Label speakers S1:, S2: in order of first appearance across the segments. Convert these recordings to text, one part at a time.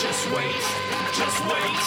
S1: just wait, just wait,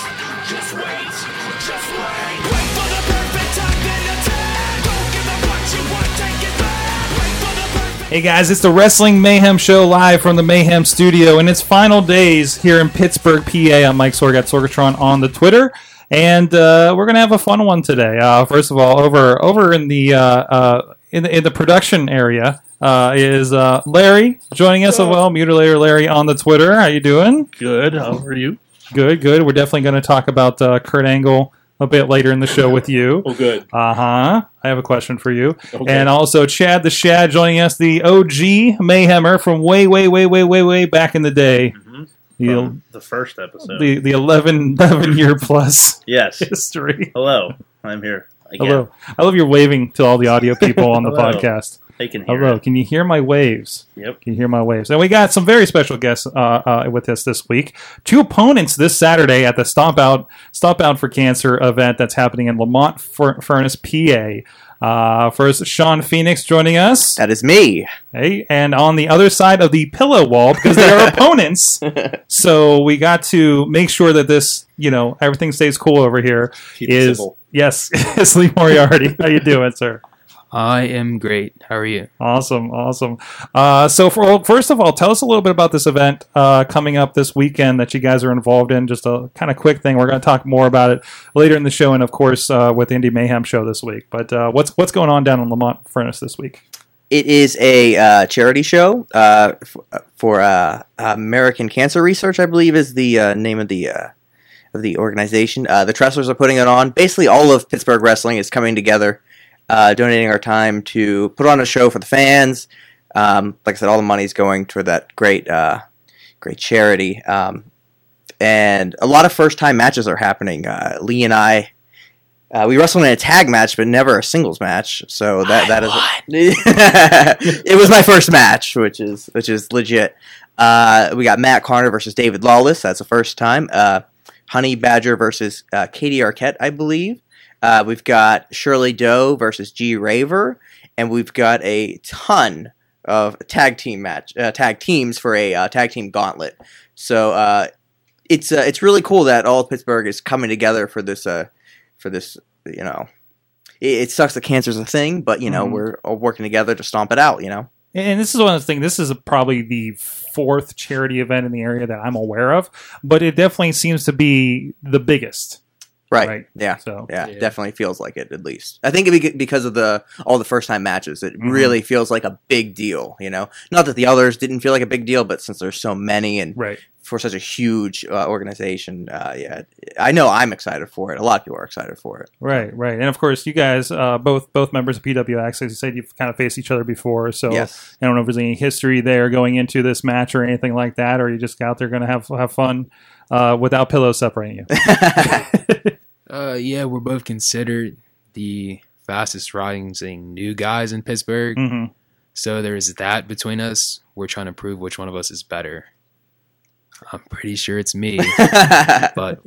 S1: just wait, just wait. Wait for the perfect time then attack. Don't give up what you want, take it back. Wait for the perfect.
S2: Hey guys, it's the Wrestling Mayhem Show live from the Mayhem Studio in its final days here in Pittsburgh, PA. I'm Mike Sorg at Sorgatron on the Twitter, and uh, we're gonna have a fun one today. Uh, first of all, over over in the uh, uh, in the in the production area uh, is uh, Larry joining us as well. Mutilator Larry on the Twitter. How you doing?
S3: Good. How are you?
S2: Good, good. We're definitely gonna talk about uh, Kurt Angle a bit later in the show with you.
S3: Oh, good.
S2: Uh huh. I have a question for you. And also, Chad the Shad joining us, the OG Mayhemmer from way, way, way, way, way, way back in the day.
S3: Mm-hmm. From the first
S2: The,
S3: episode.
S2: the, the 11, 11 year plus
S3: yes.
S2: history.
S3: Hello. I'm here. Again.
S2: Hello. I love your waving to all the audio people on the
S3: Hello.
S2: podcast.
S3: They can hear.
S2: Hello.
S3: it.
S2: Can you hear my waves?
S3: Yep.
S2: Can you hear my waves? And we got some very special guests uh, uh, with us this week. Two opponents this Saturday at the Stomp Out Stomp Out for Cancer event that's happening in Lamont Fur- Furnace, PA. Uh, first, Sean Phoenix joining us.
S4: That is me.
S2: Hey, and on the other side of the pillow wall because they are opponents. So we got to make sure that this, you know, everything stays cool over here.
S3: Keep it
S2: Is
S3: civil.
S2: yes, it's Lee Moriarty. How you doing, sir?
S5: I am great. How are you?
S2: Awesome, awesome. Uh, so, for, well, first of all, tell us a little bit about this event uh, coming up this weekend that you guys are involved in. Just a kind of quick thing. We're going to talk more about it later in the show, and of course uh, with Indie Mayhem show this week. But uh, what's what's going on down in Lamont Furnace this week?
S4: It is a uh, charity show uh, f- for uh, American Cancer Research, I believe, is the uh, name of the uh, of the organization. Uh, the Trestlers are putting it on. Basically, all of Pittsburgh wrestling is coming together, uh, donating our time to put on a show for the fans. Um, like I said, all the money's going toward that great uh, great charity, um, and a lot of first time matches are happening. Uh, Lee and I. Uh, we wrestled in a tag match, but never a singles match. So that that is it was my first match, which is which is legit. Uh, we got Matt Carter versus David Lawless. That's the first time. Uh, Honey Badger versus uh, Katie Arquette, I believe. Uh, we've got Shirley Doe versus G Raver, and we've got a ton of tag team match uh, tag teams for a uh, tag team gauntlet. So uh, it's uh, it's really cool that all of Pittsburgh is coming together for this uh, for this you know. It it sucks that cancer's a thing, but you know
S2: Mhm.
S4: we're all working together to stomp it out. You know,
S2: And this is one of the things. This is probably the fourth charity event in the area that I'm aware of, but it definitely seems to be the biggest.
S4: right?
S2: Right.
S4: Yeah,
S2: So
S4: yeah,
S5: Yeah.
S4: definitely feels like it. At least I think it be- because of the all the first time matches, it
S2: Mhm.
S4: really feels like a big deal. You know, not that the others didn't feel like a big deal, but since there's so many and
S2: right,
S4: for such a huge uh, organization, uh, yeah, I know I'm excited for it. A lot of people are excited for it.
S2: right, right. And of course, you guys, uh, both both members of PWX, as you said, you've kind of faced each other before. So
S4: Yes,
S2: I don't know if there's any history there going into this match or anything like that, or you just out there going to have have fun uh, without pillows separating you.
S5: Uh, yeah, we're both considered the fastest rising new guys in Pittsburgh.
S2: hmm
S5: So there is that between us. We're trying to prove which one of us is better. I'm pretty sure it's me, but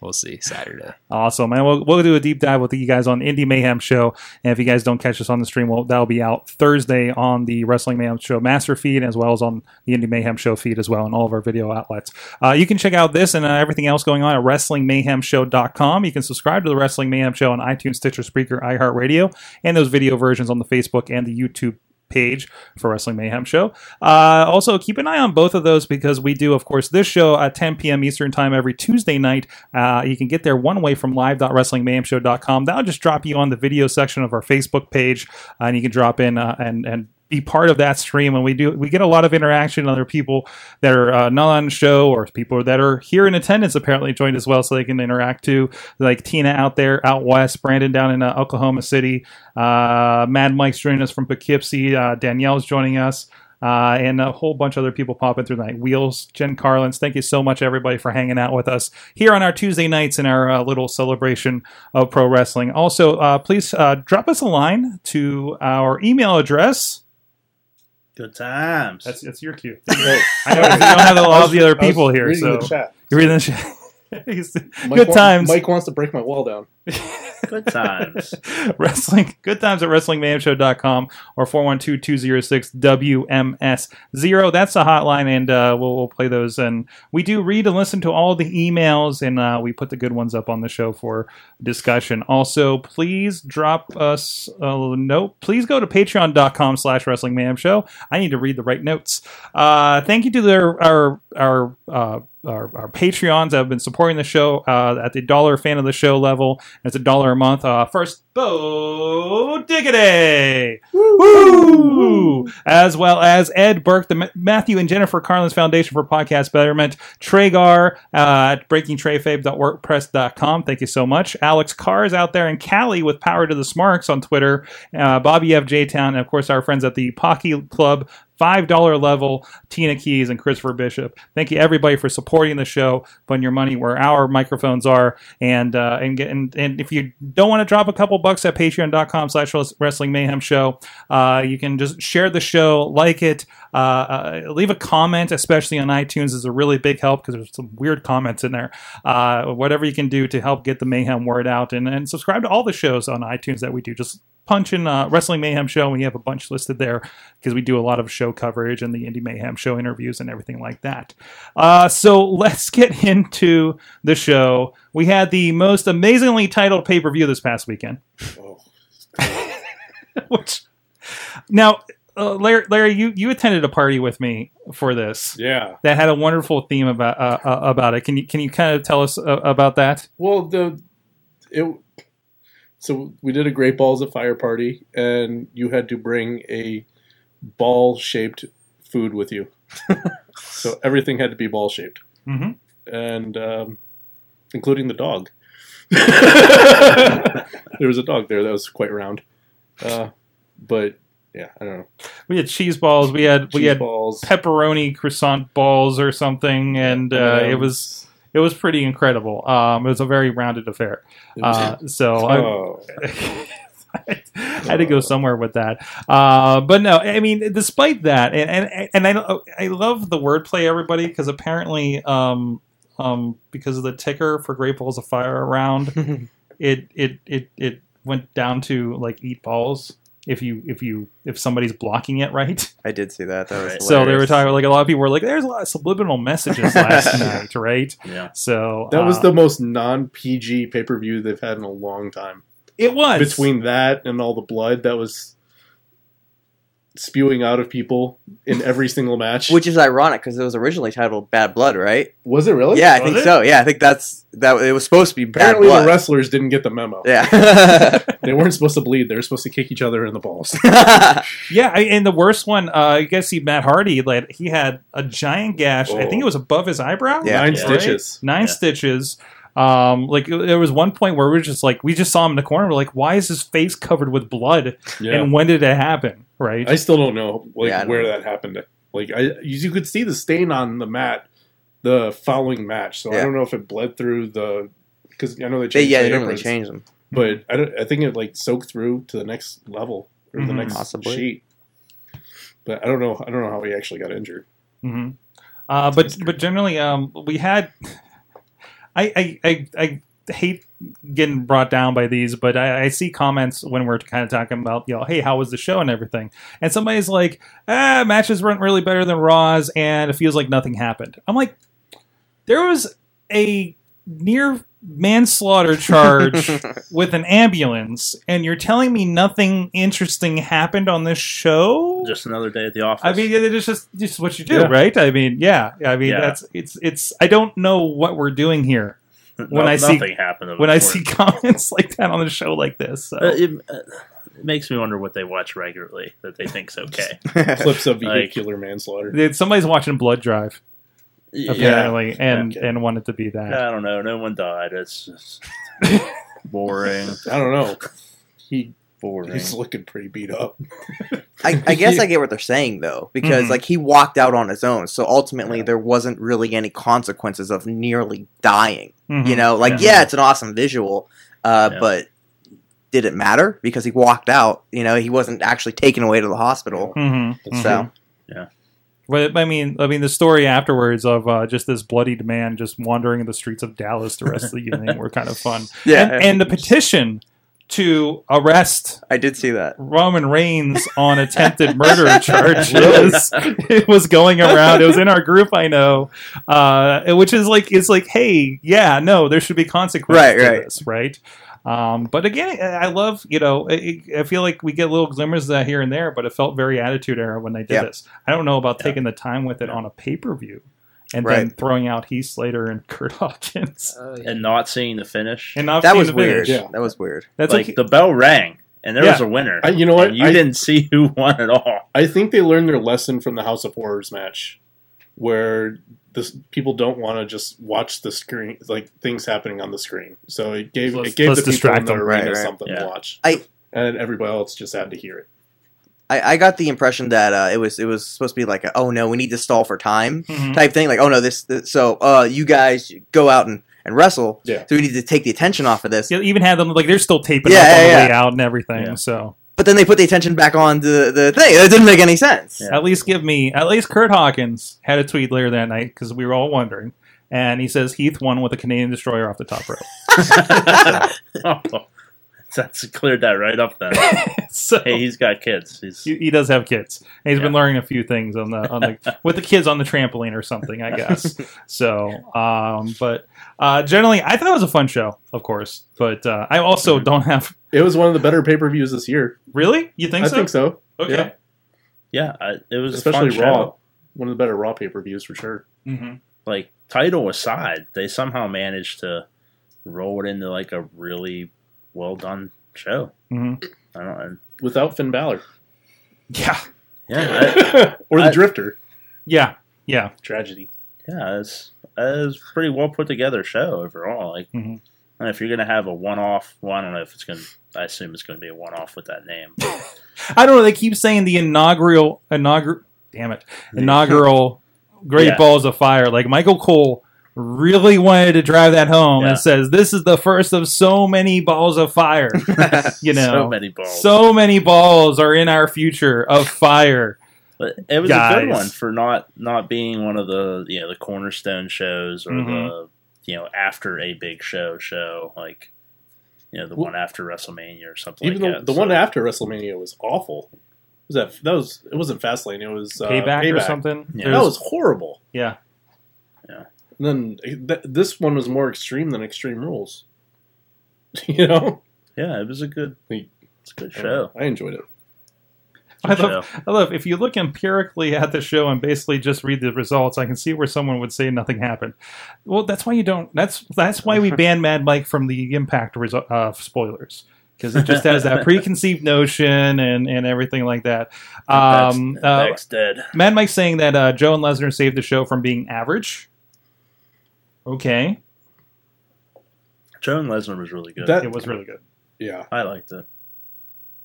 S5: we'll see Saturday.
S2: Awesome, and we'll we'll do a deep dive with you guys on Indie Mayhem Show. And if you guys don't catch us on the stream, well, that'll be out Thursday on the Wrestling Mayhem Show Master feed, as well as on the Indie Mayhem Show feed as well, and all of our video outlets. Uh, you can check out this and uh, everything else going on at WrestlingMayhemShow.com. You can subscribe to the Wrestling Mayhem Show on iTunes, Stitcher, Spreaker, iHeartRadio, and those video versions on the Facebook and the YouTube page for Wrestling Mayhem Show. Uh, also, keep an eye on both of those because we do, of course, this show at 10 p.m. Eastern Time every Tuesday night. Uh, you can get there one way from live.wrestlingmayhemshow.com. That'll just drop you on the video section of our Facebook page, and you can drop in uh, and and be part of that stream and we do we get a lot of interaction with other people that are uh, not on the show or people that are here in attendance apparently joined as well so they can interact too like tina out there out west brandon down in uh, oklahoma city uh, mad mike's joining us from poughkeepsie uh, danielle's joining us uh, and a whole bunch of other people popping through tonight. Wheels, Jen Carlins, thank you so much, everybody, for hanging out with us here on our Tuesday nights in our uh, little celebration of pro wrestling. Also, uh, please uh, drop us a line to our email address.
S3: Good times.
S2: That's that's your cue. I know we don't have a lot of the other
S6: I was
S2: people here,
S6: reading
S2: so
S6: the chat.
S2: you're reading the chat. He's-
S6: Mike
S2: good
S6: wa-
S2: times.
S6: Mike wants to break my wall down.
S3: Good times.
S2: wrestling good times at wrestlingmayhemshow.com or 412-206-WMS0 that's the hotline and uh, we'll, we'll play those and we do read and listen to all the emails and uh, we put the good ones up on the show for discussion also please drop us a note please go to patreon.com slash wrestling show i need to read the right notes uh, thank you to their, our our uh, our, our Patreons that have been supporting the show uh, at the dollar fan of the show level. It's a dollar a month. Uh, first, Bo Diggity! Woo! As well as Ed Burke, the Ma- Matthew and Jennifer Carlin's Foundation for Podcast Betterment, Tragar uh, at breakingtrayfabe.wordpress.com. Thank you so much. Alex Carr is out there in Cali with Power to the Smarks on Twitter, uh, Bobby F. J. Town, and of course our friends at the Pocky Club $5 level, Tina Keys and Christopher Bishop. Thank you everybody for supporting the show, putting your money where our microphones are. And uh, and get, and, and if you don't want to drop a couple bucks at patreon.com slash wrestling mayhem show, uh, you can just share the show, like it, uh, uh, leave a comment, especially on iTunes is a really big help because there's some weird comments in there. Uh, whatever you can do to help get the mayhem word out and, and subscribe to all the shows on iTunes that we do. Just punch in uh, Wrestling Mayhem Show. We have a bunch listed there because we do a lot of show coverage and the Indie Mayhem Show interviews and everything like that. Uh, so let's get into the show. We had the most amazingly titled pay per view this past weekend.
S6: oh,
S2: Which now, uh, Larry, Larry, you you attended a party with me for this.
S6: Yeah.
S2: That had a wonderful theme about uh, uh, about it. Can you can you kind of tell us uh, about that?
S6: Well, the it so we did a great balls of fire party, and you had to bring a ball shaped food with you. so everything had to be ball shaped,
S2: Mhm.
S6: and um, including the dog. there was a dog there that was quite round, uh, but yeah, I don't know.
S2: We had cheese balls. We had we
S6: Cheese
S2: had
S6: balls.
S2: pepperoni croissant balls or something, and uh,
S6: Um,
S2: it was it was pretty incredible. Um, it was a very rounded affair.
S6: it was-
S2: Uh, so I-
S6: oh,
S2: I had to go somewhere with that. Uh, but no, I mean, despite that, and and, and I I love the wordplay, everybody, because apparently, um, um, because of the ticker for Great Balls of Fire around, it it it it went down to like eat balls if you if you if somebody's blocking it right.
S4: I did see that. That was
S3: Right.
S2: So they were
S4: hilarious.
S2: talking like a lot of people were like, "There's a lot of subliminal messages last night, right?"
S3: Yeah.
S2: So
S6: that was
S2: uh,
S6: the most non PG pay per view they've had in a long time.
S2: it was
S6: between that and all the blood that was spewing out of people in every single match.
S4: which is ironic because it was originally titled Bad Blood, right?
S6: was it really?
S4: Yeah, I
S2: Was
S4: think
S2: it?
S4: so. Yeah, I think that's that. It was supposed to be Bad
S6: Apparently
S4: Blood.
S6: the wrestlers didn't get the memo.
S4: yeah.
S6: They weren't supposed to bleed. They were supposed to kick each other in the balls.
S2: Yeah, I- and the worst one, uh, you guys see Matt Hardy, like he had a giant gash. I think it was above his eyebrow.
S4: Yeah.
S6: Nine
S3: Yeah.
S6: stitches.
S2: Nine
S3: Yeah.
S2: stitches. Um, like there was one point where we were just like, we just saw him in the corner. We're like, why is his face covered with blood?
S6: Yeah.
S2: And when did it happen? Right.
S6: I still don't know like
S4: Yeah, I don't
S6: where
S4: know.
S6: that happened. Like I, you- you could see the stain on the mat the following match. So I
S4: Yeah.
S6: don't know if it bled through the because I know they
S4: They-
S6: changed.
S4: yeah,
S6: the
S4: they didn't really
S6: aprons,
S4: change them.
S6: But I don't. I think it like soaked through to the next level or the
S2: Mhm.
S6: next
S4: Possibly.
S6: sheet. But I don't know. I don't know how he actually got injured.
S2: hmm Uh, but but generally, um, we had. I I, I I hate getting brought down by these, but I, I see comments when we're kind of talking about you know, hey, how was the show and everything, and somebody's like, ah, matches weren't really better than Raws, and it feels like nothing happened. I'm like, there was a near manslaughter charge with an ambulance, and you're telling me nothing interesting happened on this show?
S3: Just another day at the office.
S2: I mean, it is just just what you do,
S6: Yeah.
S2: right? I mean, yeah. I mean,
S3: Yeah.
S2: that's it's it's. I don't know what we're doing here when I see-
S3: nothing happened. of
S2: when I
S3: import.
S2: see comments like that on a show like this. So.
S3: Uh, it, uh, it makes me wonder what they watch regularly that they think's okay.
S6: Clips of
S3: Like-
S6: vehicular manslaughter.
S2: Dude, somebody's watching Blood Drive
S3: yeah,
S2: apparently, and
S3: Okay.
S2: and wanted to be that.
S3: I don't know. No one died. It's just boring.
S6: I don't know. He
S3: four ring.
S6: He's looking pretty beat up.
S4: I, I guess I get what they're saying though, because
S2: Mhm.
S4: like he walked out on his own, so ultimately there wasn't really any consequences of nearly dying.
S2: Mm-hmm.
S4: You know, like yeah, it's an awesome visual, uh,
S3: Yeah.
S4: but did it matter because he walked out? You know, he wasn't actually taken away to the hospital.
S2: hmm
S4: So
S2: But I mean, I mean, the story afterwards of uh, just this bloodied man just wandering the streets of Dallas the rest of the evening were kind of fun.
S4: yeah,
S2: And, and the petition to arrest
S4: I did see that.
S2: Roman Reigns on attempted murder charges. it was going around. It was in our group, I know. Uh, which is like, it's like, hey, yeah, no, there should be consequences
S4: Right,
S2: to
S4: right.
S2: this, right? Um, but again, I I love, you know, I, I feel like we get little glimmers of that here and there, but it felt very Attitude Era when they did
S4: Yeah.
S2: this. I don't know about taking the time with it on a pay per view and then
S4: Right. Uh,
S2: throwing out Heath Slater and Kurt Hawkins.
S3: and not seeing the finish.
S2: And not
S4: That
S2: seeing
S4: was
S2: the finish.
S4: weird.
S6: Yeah.
S4: That was weird.
S2: That's
S3: like
S2: like,
S3: the bell rang, and there was a winner.
S6: I, you know what?
S3: And you
S6: I-
S3: didn't see who won at all.
S6: I think they learned their lesson from the House of Horrors match, where this people don't want to just watch the screen, like things happening on the screen. So it gave
S2: Let's-
S6: it gave
S2: let's
S6: the people
S2: distract
S6: in the
S2: them.
S6: arena
S4: Right, right.
S6: something
S3: Yeah.
S6: to watch.
S4: I-
S6: and everybody else just had to hear it.
S4: I, I got the impression that uh, it was it was supposed to be like a, oh no, we need to stall for time
S2: Mhm.
S4: type thing. Like oh no, this, this so uh, you guys go out and, and wrestle.
S6: Yeah.
S4: So we need to take the attention off of this.
S2: Yeah, even had them like they're still taping
S4: Yeah,
S2: up on
S4: yeah,
S2: the
S4: yeah.
S2: way out and everything.
S3: Yeah.
S2: So
S4: But then they put the attention back on the the thing. It didn't make any sense.
S3: Yeah.
S2: at least give me at least Kurt Hawkins had a tweet later that night because we were all wondering, and he says Heath won with a Canadian destroyer off the top rope.
S3: oh, that's cleared that right up then.
S2: so
S3: hey, he's got kids. He's
S2: he, he does have kids. And he's been
S3: Yeah.
S2: learning a few things on the on the with the kids on the trampoline or something, I guess. so, um, but uh, generally, I thought it was a fun show, of course. But uh, I
S3: Mm-hmm.
S2: also don't have
S6: It was one of the better pay per views this year.
S2: really. You think
S6: I
S2: so?
S6: think so.
S2: Okay.
S6: yeah.
S3: yeah. I, it was
S6: Especially
S3: a fun
S6: Raw,
S3: Show.
S6: one of the better Raw pay per views for sure.
S2: Mm-hmm.
S3: like title aside, they somehow managed to roll it into like a really well done show.
S2: hmm
S3: I don't.
S6: Without Finn Balor
S2: Yeah.
S3: Yeah, I,
S6: or the
S3: I-
S6: Drifter,
S2: Yeah. Yeah.
S6: tragedy.
S3: yeah. It's it's a pretty well put together show overall. Like,
S2: Mhm.
S3: and if you're gonna have a one off, well, I don't know if it's gonna. I assume it's gonna be a one off with that name.
S2: I don't know. They keep saying the inaugural inaugural. Damn it, inaugural Great
S3: Yeah.
S2: Balls of Fire. Like Michael Cole really wanted to drive that home
S3: Yeah.
S2: and says this is the first of so many balls of fire. You know,
S3: so many balls.
S2: So many balls are in our future of fire.
S3: But it was a
S2: Guys.
S3: good one for not not being one of the you know the cornerstone shows or
S6: Mm-hmm.
S3: the you know after a big show show like you know the
S6: Well-
S3: one after WrestleMania or something.
S6: Even
S3: like
S6: the,
S3: that.
S6: the
S3: So-
S6: one after WrestleMania was awful. Was that that was it wasn't Fastlane? It was uh,
S2: payback, or
S6: Payback.
S2: something.
S3: Yeah.
S2: There's-
S6: That was horrible.
S2: yeah.
S6: And then th- this one was more extreme than Extreme Rules. you know,
S3: yeah, it was a good
S6: Wait.
S3: it's a good show.
S6: I enjoyed it.
S2: I
S3: Good
S2: love, I love. If you look empirically at the show and basically just read the results, I can see where someone would say nothing happened. Well, that's why you don't. That's that's why we ban Mad Mike from the Impact resu- uh, spoilers because it just has that preconceived notion and and everything like that. Um,
S3: That's-
S2: uh,
S3: that's dead.
S2: Mad Mike's saying that uh, Joe and Lesnar saved the show from being average. Okay,
S3: Joe and Lesnar was really good.
S6: That-
S2: it was really good.
S6: Yeah,
S3: I liked it.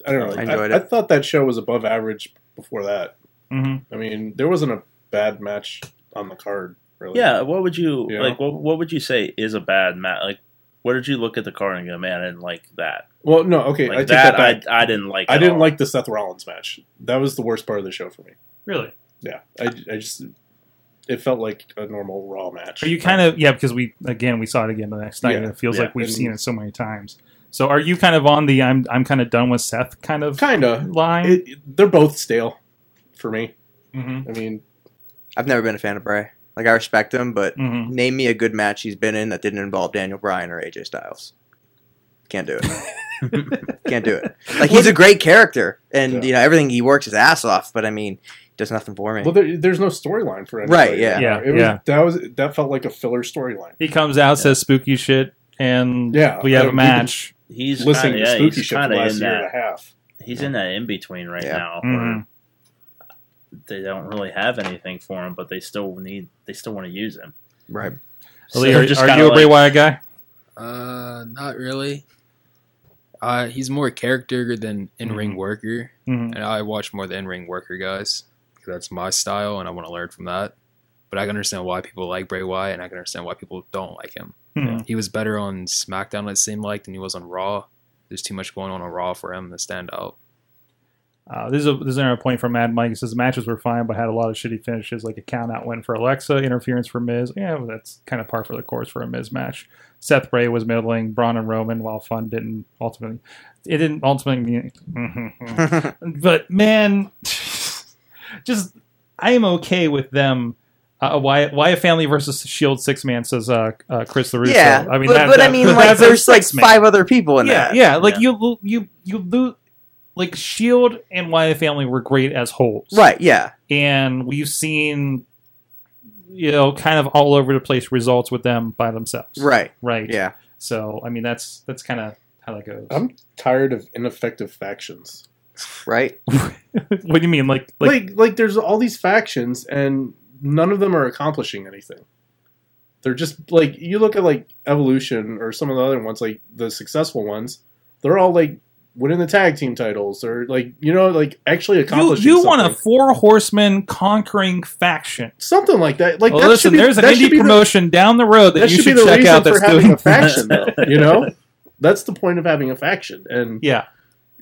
S6: I don't know.
S4: I
S6: I,
S4: enjoyed
S6: I
S4: it.
S6: thought that show was above average before that.
S2: hmm
S6: I mean, there wasn't a bad match on the card. Really.
S3: Yeah, what would you
S6: Yeah.
S3: like? What what would you say is a bad match? Like, where did you look at the card and go, man, I didn't like that?
S6: Well, no. Okay,
S3: Like
S6: I take
S3: that,
S6: that, back.
S3: I I didn't like.
S6: I,
S3: at
S6: didn't
S3: all.
S6: like the Seth Rollins match. That was the worst part of the show for me.
S2: Really.
S6: Yeah, I, I just it felt like a normal Raw match.
S2: Are you kind of yeah? Because we again we saw it again the next night,
S6: Yeah,
S2: and it feels
S3: yeah.
S2: like we've
S6: And-
S2: seen it so many times. So are you kind of on the I'm I'm kind of done with Seth kind of
S6: kind of?
S2: line?
S6: They're both stale for me.
S2: hmm
S6: I mean,
S4: I've never been a fan of Bray. Like I respect him, but
S2: hmm
S4: name me a good match he's been in that didn't involve Daniel Bryan or AJ Styles. Can't do it. Can't do it. Like he's a great character, and
S6: Yeah.
S4: you know everything he works his ass off. But I mean, does nothing for me.
S6: well, there, there's no storyline for anybody.
S4: Right, yeah.
S2: Yeah,
S6: It was,
S2: yeah.
S6: That was that felt like a filler storyline.
S2: He comes out, says spooky shit, and
S6: Yeah,
S2: we have
S6: I-
S2: a match.
S3: He's kinda-
S6: Listening
S3: yeah,
S6: to spooky
S3: he's
S6: shit for the
S3: kinda
S6: last
S3: in
S6: year
S3: that.
S6: and a half.
S3: he's in that in between right
S4: Yeah.
S3: now
S2: Mhm.
S3: where they don't really have anything for him, but they still need they still want to use him.
S4: right.
S3: So
S2: Lee,
S3: they're
S2: are,
S3: just
S2: are
S3: kinda
S2: you a Bray
S3: like-
S2: Wyatt guy?
S5: Uh, not really. Uh, he's more character than in ring worker,
S2: Mhm.
S5: and I watch more the in ring worker guys because that's my style, and I want to learn from that. But I can understand why people like Bray Wyatt, and I can understand why people don't like him.
S2: Mhm.
S5: He was better on SmackDown, it seemed like, than he was on Raw. There's too much going on on Raw for him to stand out.
S2: Uh, this is a, this is another point from Mad Mike. He says the matches were fine, but had a lot of shitty finishes, like a count out win for Alexa, interference for Miz. Yeah, well, that's kind of par for the course for a Miz match. Seth Bray was middling. Braun and Roman, while fun, didn't ultimately it didn't ultimately. but man, just I am okay with them. Uh, why? Why a family versus Shield six man says uh, uh, Chris LaRusso.
S4: yeah,
S2: I mean,
S4: but,
S2: that-
S4: but I
S2: that-
S4: mean, like,
S2: that's a
S4: there's like
S2: six-man.
S4: five other people in
S2: yeah,
S4: that.
S2: Yeah, like
S3: Yeah.
S2: you lo- you you lose like Shield E and Wyatt family were great as wholes.
S4: Right, yeah.
S2: And we've seen you know, kind of all over the place results with them by themselves.
S4: Right,
S2: Right.
S4: yeah.
S2: So I mean that's that's kinda how that goes.
S6: I'm tired of ineffective factions.
S4: Right?
S2: what do you mean? Like like,
S6: Like, like there's all these factions and none of them are accomplishing anything. They're just like you look at like Evolution or some of the other ones, like the successful ones. They're all like winning the tag team titles or like you know like actually
S2: you,
S6: accomplishing.
S2: you want a
S6: something.
S2: four horsemen conquering faction.
S6: something like that. Like
S2: Well,
S6: that
S2: listen,
S6: should be,
S2: there's an
S6: that should
S2: indie
S6: be the-
S2: promotion down the road that,
S6: that
S2: you
S6: should be
S2: should,
S6: the
S2: check
S6: reason
S2: out
S6: for
S2: that's
S6: having
S2: doing
S6: a faction, though. You know, that's the point of having a faction, and
S2: Yeah.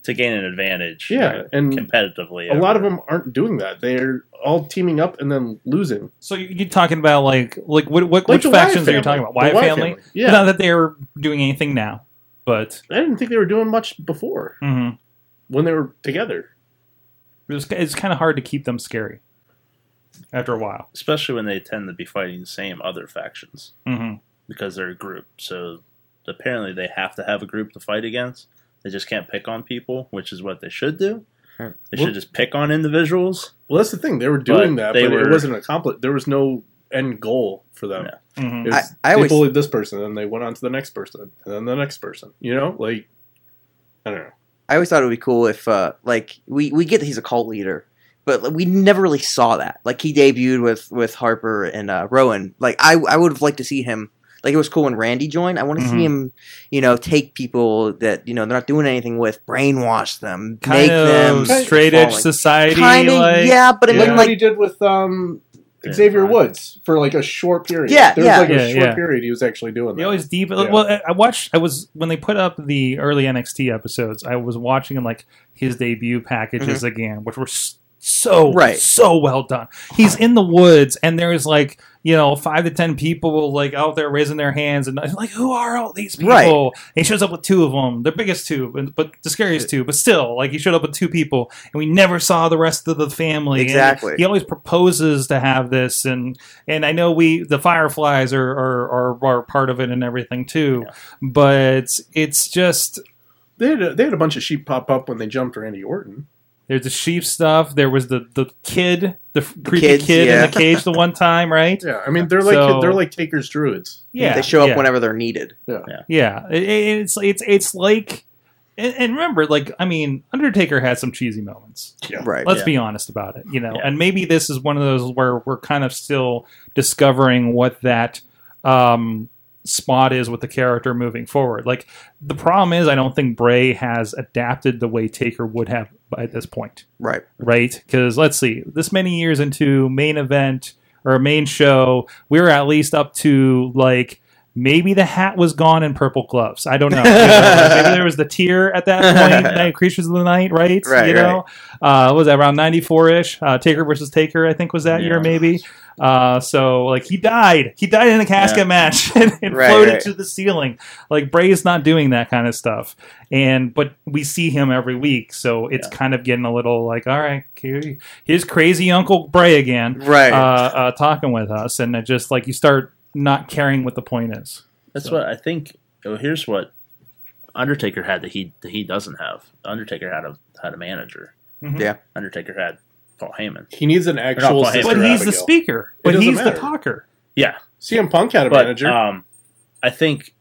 S3: to gain an advantage.
S6: yeah,
S3: uh,
S6: and
S3: competitively.
S6: a lot of
S3: over-
S6: them aren't doing that. They're all teaming up and then losing.
S2: So you- you're talking about like like what, what
S6: Like
S2: which
S6: the Wyatt
S2: factions are you
S6: family.
S2: talking about?
S6: The
S2: Wyatt,
S6: Wyatt
S2: family?
S6: family. Yeah.
S2: Not that they're doing anything now, but
S6: I didn't think they were doing much before
S2: mhm.
S6: when they were together.
S2: it's, it's kind of hard to keep them scary after a while.
S3: especially when they tend to be fighting the same other factions
S2: hmm
S3: because they're a group. So apparently they have to have a group to fight against. They just can't pick on people, which is what they should do.
S4: Right.
S3: They should just pick on individuals.
S6: Well, that's the thing; they were doing
S3: But
S6: that,
S3: they
S6: but
S3: were-
S6: it wasn't accomplished. There was no end goal for them.
S3: Yeah.
S2: hmm
S6: It was,
S4: I- I
S6: they
S4: always-
S6: bullied this person, and they went on to the next person, and then the next person. You know, like I don't know.
S4: I always thought it would be cool if, uh, like, we, we get that he's a cult leader, but we never really saw that. Like, he debuted with, with Harper and uh, Rowan. Like, I, I would have liked to see him. Like, it was cool when Randy joined. I want to
S2: Mhm.
S4: see him, you know, take people that, you know, they're not doing anything with, brainwash them,
S2: Kind
S4: make
S2: of
S4: them.
S2: straight edge
S4: falling.
S2: society,
S4: Kind of,
S2: like
S4: yeah, but I
S6: Like
S4: mean,
S2: Yeah.
S6: what
S4: like,
S6: he did with um,
S3: Yeah.
S6: Xavier Woods for like a short period.
S4: Yeah,
S6: there was
S4: yeah.
S6: like a
S2: Yeah,
S6: short
S2: yeah.
S6: period he was actually doing
S2: They
S6: that.
S2: always deep.
S6: Yeah.
S2: Well, I- I watched. I was when they put up the early NXT episodes. I was watching like his debut packages again, which were s- so
S4: Mm-hmm. Right.
S2: so well done. He's in the woods, and there's like you know five to ten people like out there raising their hands, and I'm like who are all these people?
S4: Right.
S2: And he shows up with two of them, the biggest two, but, but the scariest two. But still, like he showed up with two people, and we never saw the rest of the family. And
S4: Exactly.
S2: he always proposes to have this, and and I know we the Fireflies are are, are, are part of it and everything too, but it's just
S6: They had a, they had a bunch of sheep pop up when they jumped Randy Orton.
S2: there's the sheep stuff. There was the the kid, the, f creepy
S4: kids,
S2: kid
S4: yeah.
S2: in the cage the one time, right?
S6: Yeah, I mean they're like
S2: So-
S6: they're like Taker's druids.
S2: Yeah,
S4: they show up
S2: yeah.
S4: whenever they're needed.
S2: Yeah, It- it- it's it's it's like, and, and remember, like I mean, Undertaker had some cheesy moments.
S6: Yeah.
S4: Right.
S2: Let's
S3: Yeah.
S2: be honest about it, you know.
S3: Yeah.
S2: And maybe this is one of those where we're kind of still discovering what that um, spot is with the character moving forward. Like the problem is, I don't think Bray has adapted the way Taker would have by this point,
S4: Right.
S2: right? Because let's see, this many years into main event or main show, we were at least up to like. Maybe the hat was gone in purple gloves. I don't know. You know, maybe there was the tear at that point. Night of Creatures of the Night, right?
S4: Right,
S2: you know, uh, what was that around 94 ish? Uh, Taker versus Taker, I think was that year
S3: Yeah.
S2: maybe. Uh, so like he died, he died in a casket
S3: Yeah.
S2: match and, and
S4: Right,
S2: floated
S4: right.
S2: to the ceiling. Like Bray is not doing that kind of stuff, and but we see him every week, so it's kind of getting a little like, all right, here- here's crazy Uncle Bray again,
S4: Right.
S2: uh, uh, talking with us, and it just like you start not caring what the point is.
S3: That's
S2: So-
S3: what I think. Well, here's what Undertaker had that he that he doesn't have. Undertaker had a had a manager.
S2: Mhm.
S4: Yeah.
S3: Undertaker had Paul Heyman.
S6: He needs an actual.
S3: Paul Heyman.
S6: Sister
S2: But he's the
S6: Abigail.
S2: speaker,
S6: It
S2: but
S6: doesn't
S2: he's the
S6: matter.
S2: talker.
S3: Yeah,
S6: CM Punk had a
S3: but
S6: manager.
S3: um, I think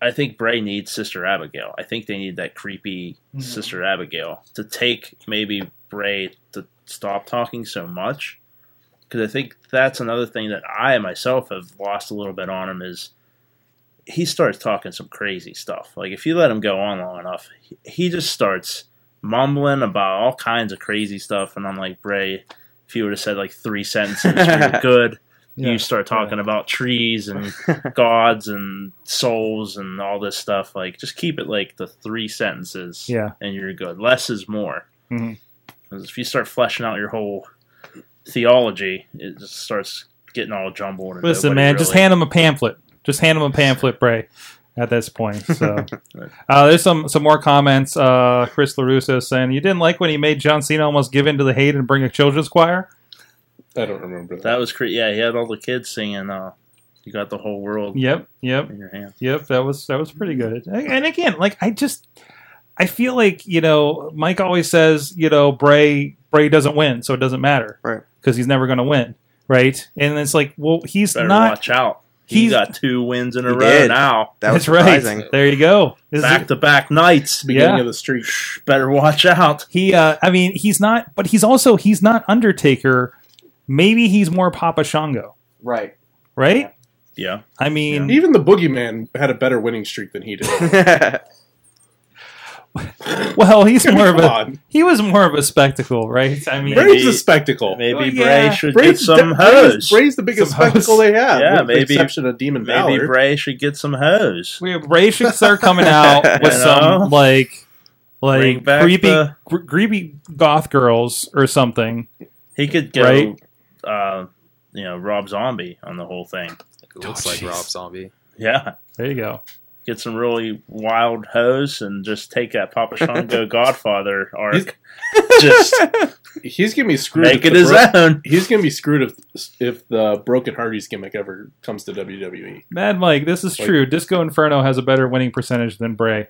S3: I think Bray needs Sister Abigail. I think they need that creepy
S2: Mhm.
S3: Sister Abigail to take maybe Bray to stop talking so much because I think that's another thing that I myself have lost a little bit on him is he starts talking some crazy stuff. Like if you let him go on long enough, he- he just starts mumbling about all kinds of crazy stuff. And I'm like, Bray, if you would have said like three sentences, you're good.
S2: Yeah.
S3: You start talking about trees and gods and souls and all this stuff. Like just keep it like the three sentences,
S2: Yeah.
S3: and you're good. Less is more.
S2: Mhm.
S3: Because if you start fleshing out your whole theology, it just starts getting all jumbled. And
S2: Listen,
S3: nobody
S2: man, just
S3: really-
S2: hand him a pamphlet. Just hand him a pamphlet, Bray. At this point, so uh, there's some some more comments. Uh, Chris Larusso saying you didn't like when he made John Cena almost give in to the hate and bring a children's choir.
S6: I don't remember that.
S3: That was crazy. Yeah, he had all the kids singing. Uh, you got the whole world
S2: Yep, yep,
S3: in your hand.
S2: yep. That was that was
S4: Mm.
S2: pretty good. And again, like I just I feel like you know Mike always says you know Bray Bray doesn't win, so it doesn't matter,
S4: Right.
S2: Because he's never going to win, right? And it's like, well, he's
S3: Better
S2: not.
S3: watch out. He
S2: he's-
S3: got two wins in a
S4: He
S3: row
S4: did.
S3: now.
S4: That was
S2: that's right.
S4: surprising.
S2: There you go. This is-
S3: Back to back nights.
S6: Beginning
S2: Yeah.
S6: of the streak.
S3: Better watch out.
S2: He, uh, I mean, he's not, but he's also he's not Undertaker. Maybe he's more Papa Shango,
S4: Right.
S2: right?
S3: Yeah.
S2: I mean,
S6: Even the boogeyman had a better winning streak than he did.
S2: well, he's more of
S6: Come
S2: a
S6: on.
S2: he was more of a spectacle, right? I mean,
S6: Braves
S3: Maybe-
S6: a spectacle.
S3: Maybe
S2: Well,
S3: Bray
S2: yeah.
S3: should get
S6: Braves,
S3: some
S6: de- Braves-
S3: hose.
S6: Braves the biggest
S2: Some hose.
S6: spectacle they have.
S3: Yeah,
S6: with the
S3: maybe-
S6: exception of Demon
S3: Maybe
S6: Valor.
S3: Bray should get some hose.
S2: we Ray should start coming out with
S3: You know?
S2: some like
S3: Bring
S2: like
S3: back
S2: creepy
S3: the-
S2: gr- creepy goth girls or something.
S3: He could go,
S2: Right.
S3: uh, you know, Rob Zombie on the whole thing.
S5: It looks like
S2: jeez.
S5: Rob Zombie.
S3: Yeah.
S2: There you go.
S3: Get some really wild hose and just take that Papa Shango Godfather arc. just
S6: He's gonna be screwed.
S3: make
S6: if
S3: it
S6: the
S3: his
S6: Bro-
S3: own.
S6: He's gonna be screwed if if the Broken Hardy's gimmick ever comes to E. WWE.
S2: Mad Mike, this is
S6: Like-
S2: true. Disco Inferno has a better winning percentage than Bray.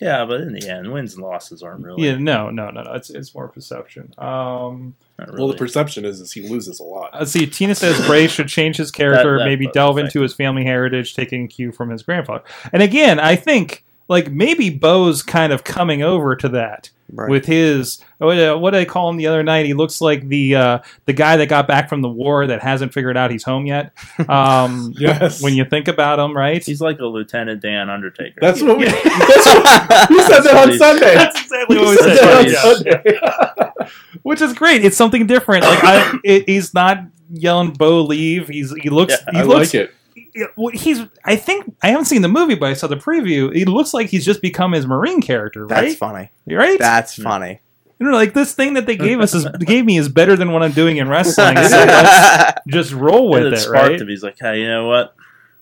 S3: Yeah, but in the end, wins and losses aren't really.
S2: Yeah, no, no, no, no. It's it's more perception. Um,
S3: not
S6: Well,
S3: really.
S6: the perception is, is he loses a lot.
S2: Let's see. Tina says Bray should change his character,
S3: That- that
S2: maybe
S3: does
S2: delve
S3: affect
S2: into his family heritage, taking cue from his grandfather. And again, I think like maybe Bo's kind of coming over to that
S4: Right.
S2: with his what, uh, what did I call him the other night? He looks like the uh, the guy that got back from the war that hasn't figured out he's home yet. Um,
S6: Yes.
S2: When you think about him, right?
S3: He's like a Lieutenant Dan Undertaker.
S6: That's what we. That's what, we said that on Sunday.
S2: That's exactly what
S6: We
S2: we said.
S6: said that on
S3: Yeah.
S6: Sunday.
S2: which is great. It's something different. Like I, it, he's not yelling "Bo leave." He's he looks
S3: Yeah,
S2: he
S6: I
S2: looks
S6: like it.
S2: Yeah, well, he's. I think I haven't seen the movie, but I saw the preview. He looks like he's just become his Marine character,
S4: That's
S2: right?
S4: funny.
S2: Right?
S4: That's funny.
S2: you know, like this thing that they gave us is gave me is better than what I'm doing in wrestling. So let's just roll
S3: And
S2: with
S3: it
S2: it,
S3: sparked
S2: right?
S3: him. He's like, hey, you know what?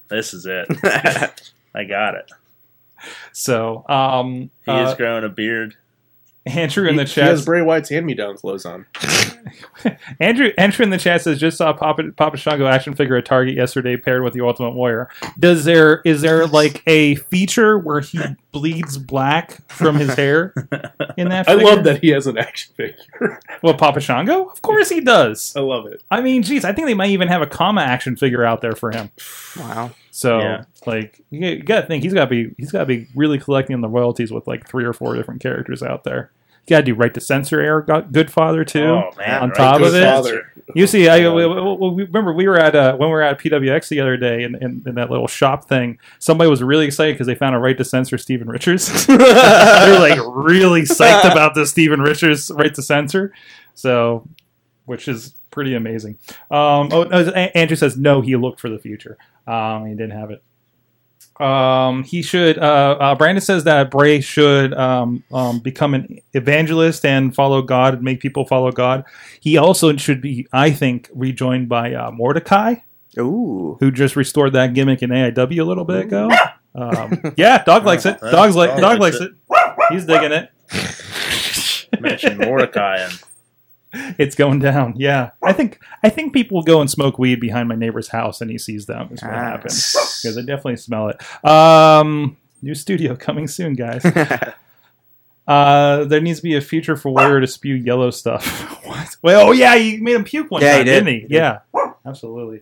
S3: This is it. I got it.
S2: So, um,
S3: He
S2: uh,
S3: is growing a beard.
S2: Andrew in the
S6: He- He
S2: chat.
S6: has Bray Wyatt's hand-me-down clothes on.
S2: Andrew, Andrew in the chat says just saw Papa, Papa Shango action figure at Target yesterday, paired with the Ultimate Warrior. Does there is there like a feature where he bleeds black from his hair in that?
S6: I
S2: Figure?
S6: love that he has an action figure.
S2: Well, Papa Shango, of course he does.
S6: I love it.
S2: I mean, geez, I think they might even have a comma action figure out there for him.
S4: wow.
S2: So,
S3: Yeah.
S2: like, you, you got to think he's got to be he's got to be really collecting the royalties with like three or four different characters out there. You got to do right to censor air, Go- Goodfather too.
S3: Oh, man.
S2: On
S3: right
S2: top
S3: to
S2: of
S3: the
S2: it-
S3: father.
S2: You see, I we, we- we- remember we were at uh, when we were at PWX the other day in, in, in that little shop thing. Somebody was really excited because they found a right to censor Steven Richards. they were like really psyched about this Steven Richards right to censor, so which is pretty amazing. Um, oh, no, A- Andrew says no, he looked for the future. Um, he didn't have it. Um, he should. Uh, uh, Brandon says that Bray should um, um, become an evangelist and follow God and make people follow God. He also should be, I think, rejoined by uh, Mordecai,
S4: Ooh.
S2: who just restored that gimmick in AIW a little bit ago. Um, yeah, dog likes it. Dog's like dog likes it. He's digging it.
S3: Mention Mordecai and
S2: It's going down. Yeah, I think I think people will go and smoke weed behind my neighbor's house, and he sees them. Is what
S4: Ah.
S2: happens because I definitely smell it. Um, new studio coming soon, guys. Uh, there needs to be a feature for Warrior to spew yellow stuff. what? Well, oh yeah, he made him puke one
S4: Yeah, he
S2: time,
S4: did.
S2: did. not he? Yeah, absolutely.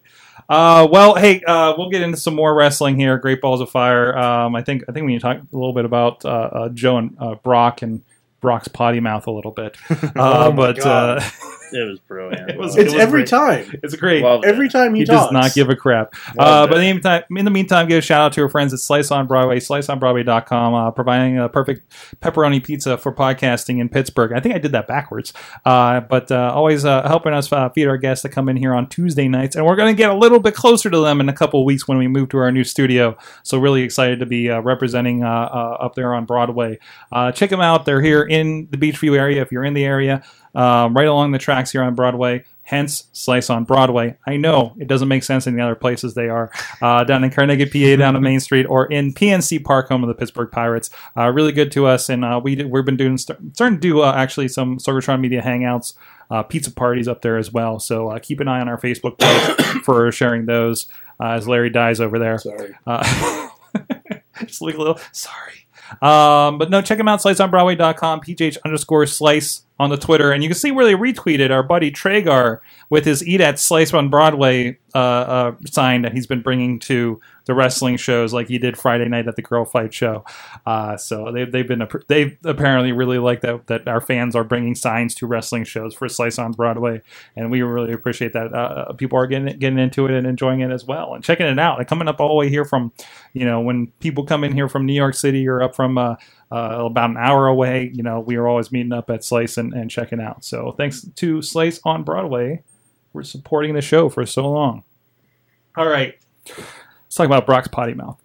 S2: Uh, well, hey, uh, we'll get into some more wrestling here. Great Balls of Fire. Um, I think I think we need to talk a little bit about uh, uh, Joe and uh, Brock and Brock's potty mouth a little bit. Uh,
S6: my
S2: but
S6: God.
S2: uh,
S3: It was brilliant.
S2: It was-
S6: It's every
S2: great.
S6: time.
S2: It's great.
S3: Loved
S6: Every
S3: it.
S6: time he,
S2: he
S6: talks.
S2: does not give a crap. Uh,
S3: Loved
S2: but in
S3: it.
S2: the, meantime, in the meantime, give a shout out to our friends at Slice on Broadway, sliceonbroadway.com, uh, providing a perfect pepperoni pizza for podcasting in Pittsburgh. I think I did that backwards. Uh, but uh, always uh, helping us uh, feed our guests that come in here on Tuesday nights. And we're going to get a little bit closer to them in a couple of weeks when we move to our new studio. So, really excited to be uh, representing uh, uh, up there on Broadway. Uh, check them out. They're here in the Beachview area if you're in the area, um, right along the tracks here on Broadway. Hence, Slice on Broadway. I know it doesn't make sense in the other places they are uh, down in Carnegie, PA, down on Main Street, or in PNC Park, home of the Pittsburgh Pirates. Uh, really good to us, and uh, we did, we've been doing starting to do uh, actually some Sorgatron Media hangouts, uh, pizza parties up there as well. So uh, keep an eye on our Facebook page for sharing those uh, as Larry dies over there.
S6: Sorry.
S2: Uh, just look a little sorry. Um, but no, check them out, sliceonbroadway.com, pgh underscore slice on the Twitter. And you can see where they retweeted our buddy Tragar with his Eat at Slice on Broadway uh, uh, sign that he's been bringing to the wrestling shows like he did Friday night at the Girl Fight Show. Uh, so they've, they've been, app- they apparently really like that, that our fans are bringing signs to wrestling shows for Slice on Broadway. And we really appreciate that. Uh, people are getting, getting into it and enjoying it as well and checking it out. And coming up all the way here from you know when people come in here from new york city or up from uh, uh, about an hour away you know we are always meeting up at slice and, and checking out so thanks to slice on broadway we're supporting the show for so long all right let's talk about brock's potty mouth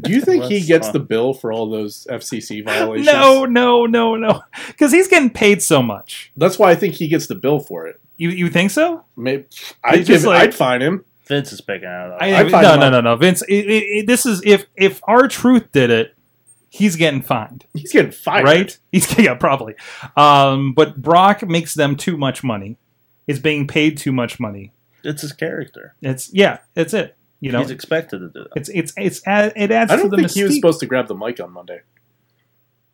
S6: Do you think he
S3: Let's
S6: gets
S3: talk.
S6: the bill for all those FCC violations?
S2: no no no no because he's getting paid so much
S6: That's why I think he gets the bill for it.
S2: you you think so
S6: Maybe
S2: He's
S6: I'd,
S2: just
S6: give,
S2: like-
S6: I'd fine him.
S3: Vince is picking out.
S2: I,
S6: I'd find
S2: no
S6: him
S2: no
S6: out.
S2: no no vince it, it, it, this is if if our truth did it he's getting fined
S6: He's getting fired.
S2: right? He's yeah, probably. Um, but Brock makes them too much money. Is being paid too much money.
S3: It's his character.
S2: It's yeah, that's it. You know,
S3: He's expected to do that.
S2: it's it's it's add- it adds
S6: I
S2: to
S6: don't
S2: the
S6: think
S2: mystique.
S6: he was supposed to grab the mic on Monday.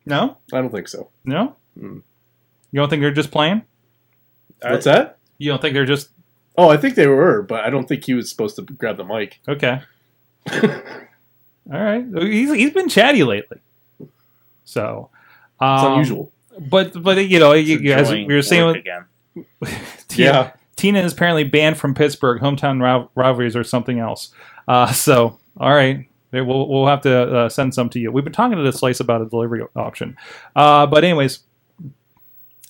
S2: no,
S6: I don't think so.
S2: no.
S6: Hmm.
S2: You don't think they're just playing?
S6: What's that?
S2: You don't think they're just
S6: Oh, I think they were, but I don't think he was supposed to grab the mic.
S2: okay? All right, he's he's been chatty lately, so um,
S6: It's unusual.
S2: But but you know, you,
S3: He's
S2: you, as we
S3: enjoying
S2: were saying,
S3: work
S2: with-
S3: again.
S6: Yeah.
S2: Tina is apparently banned from Pittsburgh. Hometown rival- rivalries or something else. Uh, so, all right. There- We'll, we'll have to uh, send some to you. We've been talking to this slice about a delivery option. Uh, but anyways,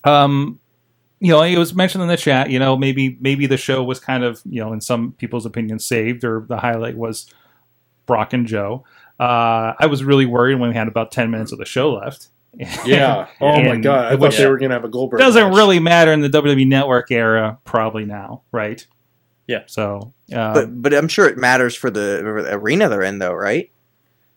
S2: um, you know, it was mentioned in the chat, you know, maybe maybe the show was kind of, you know, in some people's opinion, saved or the highlight was Brock and Joe. Uh, I was really worried when we had about 10 minutes of the show left.
S6: Yeah. Oh my
S2: And
S6: god. I
S2: it
S6: thought
S3: was-
S6: they were gonna have a Goldberg.
S2: doesn't
S6: match.
S2: really matter in the WWE Network era, probably now, right?
S3: Yeah.
S2: So, uh,
S4: but but I'm sure it matters for the, for the arena they're in, though, right?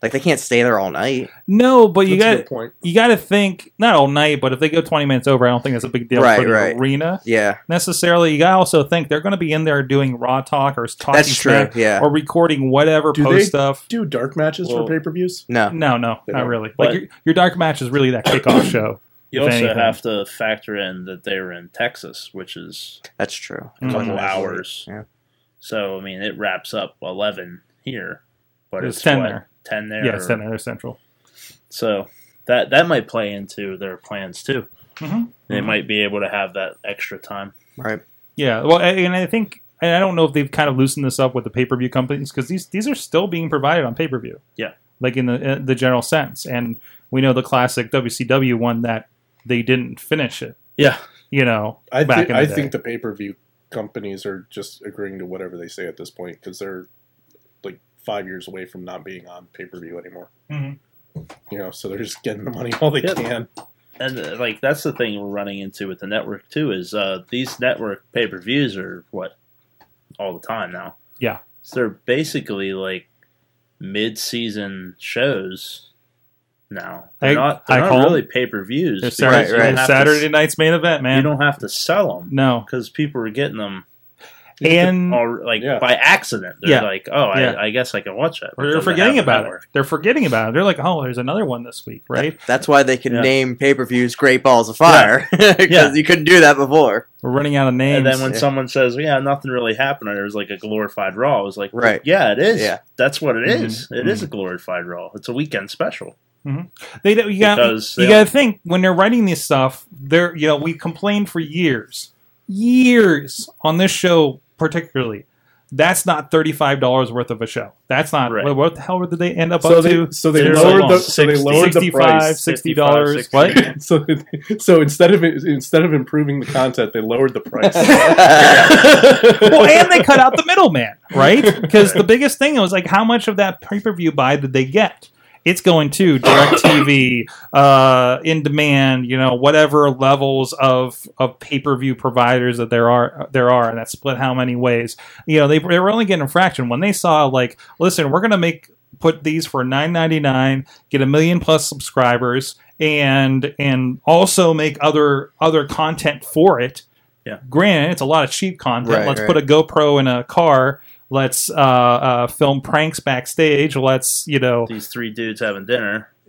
S4: Like they can't stay there all night,
S2: no, but you
S6: That's
S2: got
S6: a good point.
S2: you got to think not all night, but if they go 20 minutes over, I don't think that's a big deal
S4: Right,
S2: for the
S4: right.
S2: arena
S4: yeah,
S2: necessarily. You got to also think they're going to be in there doing raw talk or talking
S4: that's true,
S2: smack
S4: yeah,
S2: or recording whatever
S6: Do
S2: post
S6: they-
S2: stuff.
S6: Do dark matches
S3: Well-
S6: for pay per views?
S4: no,
S2: No, no,
S6: They
S2: not
S6: don't.
S2: really.
S3: But-
S2: like your, your dark match is really that kickoff show.
S3: You
S2: if
S3: also
S2: anything.
S3: have to factor in that they were in Texas, which is
S4: that's true.
S3: a couple
S2: Mhm.
S3: hours.
S4: Yeah.
S3: Mm-hmm. So I mean, it wraps up eleven here, but
S2: There's
S3: it's
S2: 10
S3: what,
S2: there.
S3: Ten there.
S2: Yeah, it's down there central.
S3: So that that might play into their plans too.
S2: Mhm.
S3: They
S2: Mhm.
S3: might be able to have that extra time.
S4: Right.
S2: Yeah, well, and and I think and I don't know if they've kind of loosened this up with the pay per view companies because these these are still being provided on pay per view.
S3: Yeah.
S2: like in the in the general sense, and we know the classic WCW one that they didn't finish it.
S3: Yeah,
S2: You know,
S6: I,
S2: back
S6: thi-
S2: in the
S6: I
S2: day.
S6: think the pay per view companies are just agreeing to whatever they say at this point because they're like five years away from not being on pay per view anymore.
S2: Mhm.
S6: You know, so they're just getting the money all they
S3: Yeah.
S6: can.
S3: and uh, like that's the thing we're running into with the network too is uh, these network pay per views are what all the time now.
S2: Yeah.
S3: so they're basically like mid season shows now. They're
S2: I-
S3: not they're
S2: I
S3: not
S2: call 'em-
S3: really pay per views.
S2: They're Saturday,
S4: right.
S2: they're Saturday night's main event,
S3: You
S2: man.
S3: don't have to sell them
S2: no,
S3: because people are getting them
S2: and
S3: or like
S6: Yeah.
S3: by accident. They're
S2: Yeah.
S3: like, oh,
S2: Yeah.
S3: I, I guess I can watch that. but
S2: they're
S3: doesn't
S2: forgetting
S3: have the
S2: about
S3: network.
S2: it. They're forgetting about it. They're like, oh, there's another one this week, right?
S4: That's why they can
S3: Yeah.
S4: name pay per views Great Balls of Fire because
S3: Yeah.
S4: you couldn't do that before.
S2: We're running out of names.
S3: And then when
S4: Yeah.
S3: someone says, "Yeah, nothing really happened," or it was like a glorified Raw, I was like,
S4: Right.
S3: yeah, it is.
S4: Yeah.
S3: That's what it is.
S2: Mhm.
S3: It is a glorified Raw. It's a weekend special.
S2: They don't- you got
S3: Because
S2: you
S3: they
S2: got to
S3: don't-
S2: think when they're writing this stuff. They're you know we complained for years, years on this show particularly. That's not thirty five dollars worth of a show. That's not
S3: Right.
S2: what, what the hell did they end up
S6: So
S2: up
S6: they,
S2: to?
S6: so they
S3: They're
S6: lowered the
S3: almost
S6: so they lowered the
S2: 65,
S6: price.
S2: 60 dollars.
S3: 55,
S2: What?
S3: 60.
S6: So, so instead of instead of improving the content, they lowered the price.
S2: well, and they cut out the middleman, right? Because the biggest thing was like, how much of that pay per view buy did they get? It's going to DirecTV, uh, in demand, you know, whatever levels of of pay per view providers that there are there are, and that's split how many ways. You know, they, they were only getting a fraction when they saw like, listen, we're going to make put these for nine ninety nine, get a million plus subscribers, and and also make other other content for it granted it's a lot of cheap content
S4: Right,
S2: let's
S4: right.
S2: put a gopro in a car let's uh, uh, film pranks backstage let's you know
S3: These three dudes having dinner.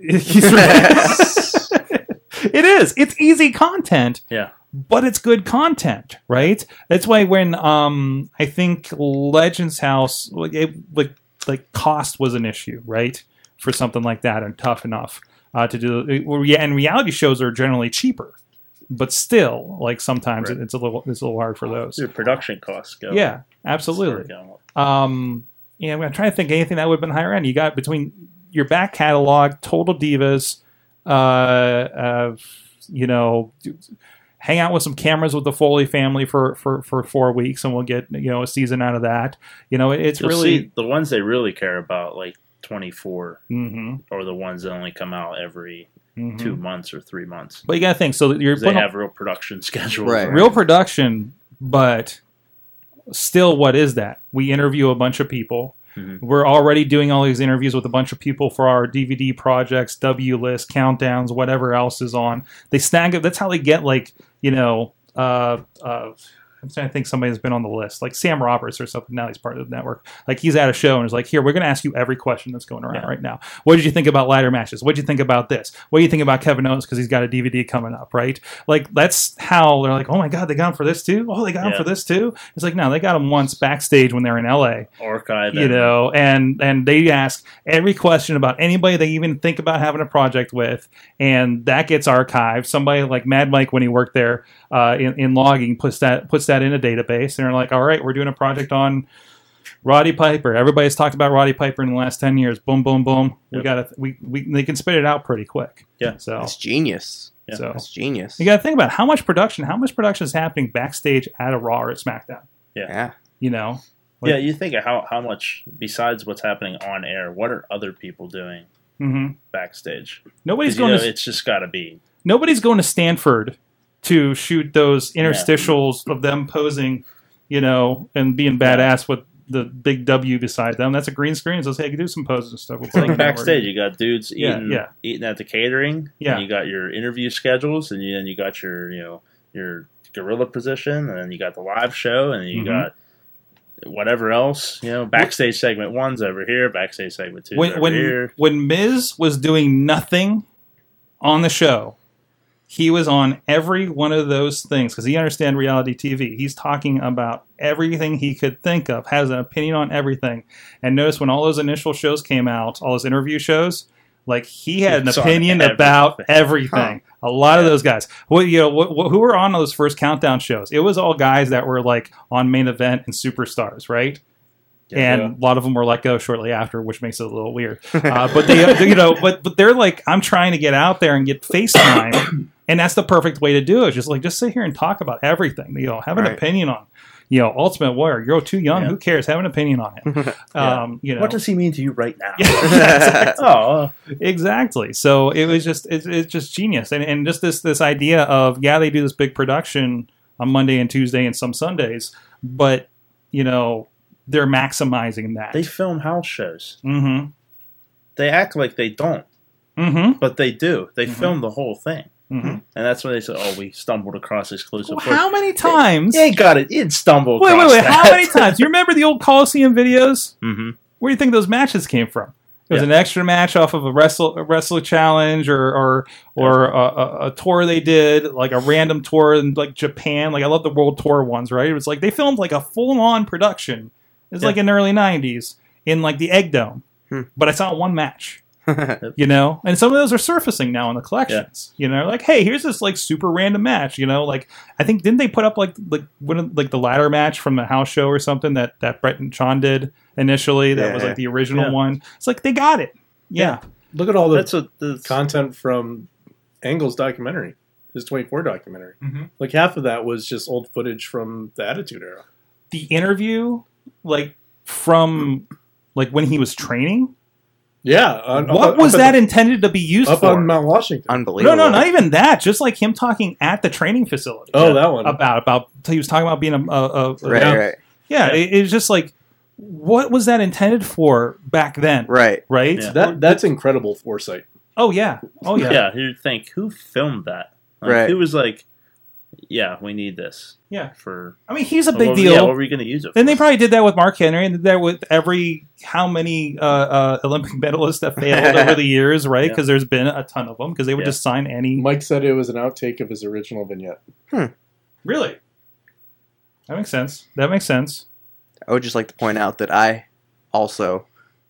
S2: it is it's easy content
S3: Yeah.
S2: but it's good content right that's why when um i think legends house like it like like cost was an issue right for something like that and tough enough uh, to do well, yeah and reality shows are generally cheaper but still like sometimes
S3: Right.
S2: it's a little it's a little hard for those
S3: Your production costs go.
S2: yeah, absolutely.
S3: Start going up.
S2: Um, yeah, I'm trying to think anything that would have been higher end. You got between your back catalog, Total Divas, uh, uh, you know, hang out with some cameras with the Foley family for, for, for four weeks, and we'll get you know a season out of that. You know, it- it's
S3: You'll
S2: really
S3: see the ones they really care about, like 24,
S2: Mhm,
S3: are the ones that only come out every
S2: mhm.
S3: two months or three months.
S2: But you got to think. So that you're
S3: 'Cause They
S2: putting a-
S3: have real production schedules.
S4: Right.
S2: real production, but still, what is that? We interview a bunch of people.
S3: Mhm.
S2: We're already doing all these interviews with a bunch of people for our DVD projects, W list, countdowns, whatever else is on. They snag it. That's how they get like you know. Uh, uh, I'm trying to think somebody has been on the list, like Sam Roberts or something. Now he's part of the network. Like he's at a show and is like, "Here, we're going to ask you every question that's going around right now. What did you think about ladder matches? What did you think about this? What do you think about Kevin Owens because he's got a DVD coming up, right? Like that's how they're like, "Oh my God, they got him for this too. Oh, they got him
S3: Yeah.
S2: for this too." It's like, no, they got him once backstage when they're in LA,
S3: Archive.
S2: you
S3: and-
S2: know, and and they ask every question about anybody they even think about having a project with, and that gets archived. Somebody like Mad Mike when he worked there uh, in, in logging puts that puts that in a database, and they're like, all right, we're doing a project on Roddy Piper. Everybody's talked about Roddy Piper in the last ten years. Boom, boom, boom. We
S3: Yep.
S2: got to we, we they can spit it out pretty quick.
S3: Yeah.
S2: So
S4: That's genius.
S3: yeah.
S2: so
S4: That's genius.
S2: you got to think about how much production, how much production is happening backstage at a Raw or at SmackDown.
S4: yeah.
S2: You know,
S3: yeah, you think of how, how much, besides what's happening on air, what are other people doing
S2: hmm
S3: backstage? 'Cause,
S2: nobody's
S3: you
S2: going
S3: know,
S2: to
S3: it's just got to be.
S2: nobody's going to Stanford to shoot those interstitials of them posing, you know, and being badass with the big W beside them. That's a green screen. So say, hey, do some poses and stuff. We'll
S3: It's like backstage, you got dudes
S2: Yeah,
S3: eating
S2: yeah.
S3: eating at the catering.
S2: Yeah.
S3: And you got your interview schedules, and you- then you got your you know your gorilla position, and then you got the live show, and you
S2: Mhm.
S3: got whatever else. You know, backstage segment one's over here, backstage segment two
S2: When
S3: over
S2: when
S3: here.
S2: when Miz was doing nothing on the show, he was on every one of those things because he understand reality TV. He's talking about everything he could think of, has an opinion on everything. And notice when all those initial shows came out, all those interview shows, like he had an
S3: It's on
S2: opinion
S3: everything.
S2: about everything. A lot of those guys. Well, you know, wh- wh- who were on those first countdown shows? It was all guys that were like on main event and superstars, right? and a lot of them were let go shortly after, which makes it a little weird. Uh, but they, you know, but but they're like, I'm trying to get out there and get face time, and that's the perfect way to do it. Just like just sit here and talk about everything. You know, have an
S4: Right.
S2: opinion on, you know, Ultimate Warrior. You're too young.
S3: Yeah.
S2: Who cares? Have an opinion on it.
S3: Yeah.
S2: Um, you know,
S3: What does he mean to you right now?
S4: Yeah.
S3: oh,
S2: exactly so it was just it's, it's just genius and, and just this this idea of yeah they do this big production on monday and tuesday and some sundays but you know they're maximizing that
S3: they film house shows.
S2: mm-hmm
S3: They act like they don't,
S2: mm-hmm
S3: but they do. They
S2: Mhm.
S3: film the whole thing.
S2: mm-hmm
S3: And that's when they said, "Oh, we stumbled across exclusive." footage."
S2: how many times
S3: You ain't got it. You didn't stumble.
S2: wait wait
S3: across
S2: wait
S3: That.
S2: how many times you remember the old coliseum videos
S3: hmm
S2: where do you think those matches came from? It was
S3: Yeah.
S2: an extra match off of a wrestle a wrestler challenge or or or a, a, a tour they did, like a random tour in like Japan. Like I love the world tour ones, right? It was like they filmed like a full on production. It was
S3: Yeah.
S2: like in the early '90s in like the Egg Dome,
S4: Hmm.
S2: but I saw one match. you know and some of those are surfacing now in the collections you know like hey here's this like super random match you know like i think didn't they put up like like one of- like the ladder match from the house show or something that that brett and sean did initially that
S4: Yeah,
S2: was
S4: yeah.
S2: like the original
S3: Yeah.
S2: one it's like they got it yeah,
S6: Look at all the
S3: That's what that's,
S6: content from Angle's documentary, his 24 documentary.
S2: Mhm.
S6: Like half of that was just old footage from the Attitude Era.
S2: the interview like from like when he was training
S6: Yeah. on- up-
S2: what
S6: Uh, up
S2: was
S6: in
S2: that
S6: the-
S2: intended to be used
S6: up
S2: for
S6: on Mount Washington.
S4: Unbelievable.
S2: no no not even that just like him talking at the training facility
S6: Oh, that one.
S2: about about he was talking about being a, a, a
S4: Right,
S6: Yeah.
S4: right,
S2: Yeah, It, it's just like, what was that intended for back then? Right?
S4: right.
S3: Yeah.
S6: That that's incredible foresight.
S2: Oh yeah. Oh yeah.
S3: yeah. You'd think who filmed that? Like,
S4: Right.
S3: Who was like, yeah, we need this.
S2: Yeah.
S3: For
S2: I mean, he's a big
S3: what,
S2: deal.
S3: Yeah, what were you going to use it?
S2: and
S3: for?
S2: they probably did that with Mark Henry, and did that with every how many uh, uh, Olympic medalists that failed over the years, right?
S3: Yeah.
S2: Because there's been a ton of them. Because they would
S3: Yeah.
S2: just sign any.
S6: Mike said it was an outtake of his original vignette.
S2: Really. That makes sense. That makes sense.
S4: I would just like to point out that I also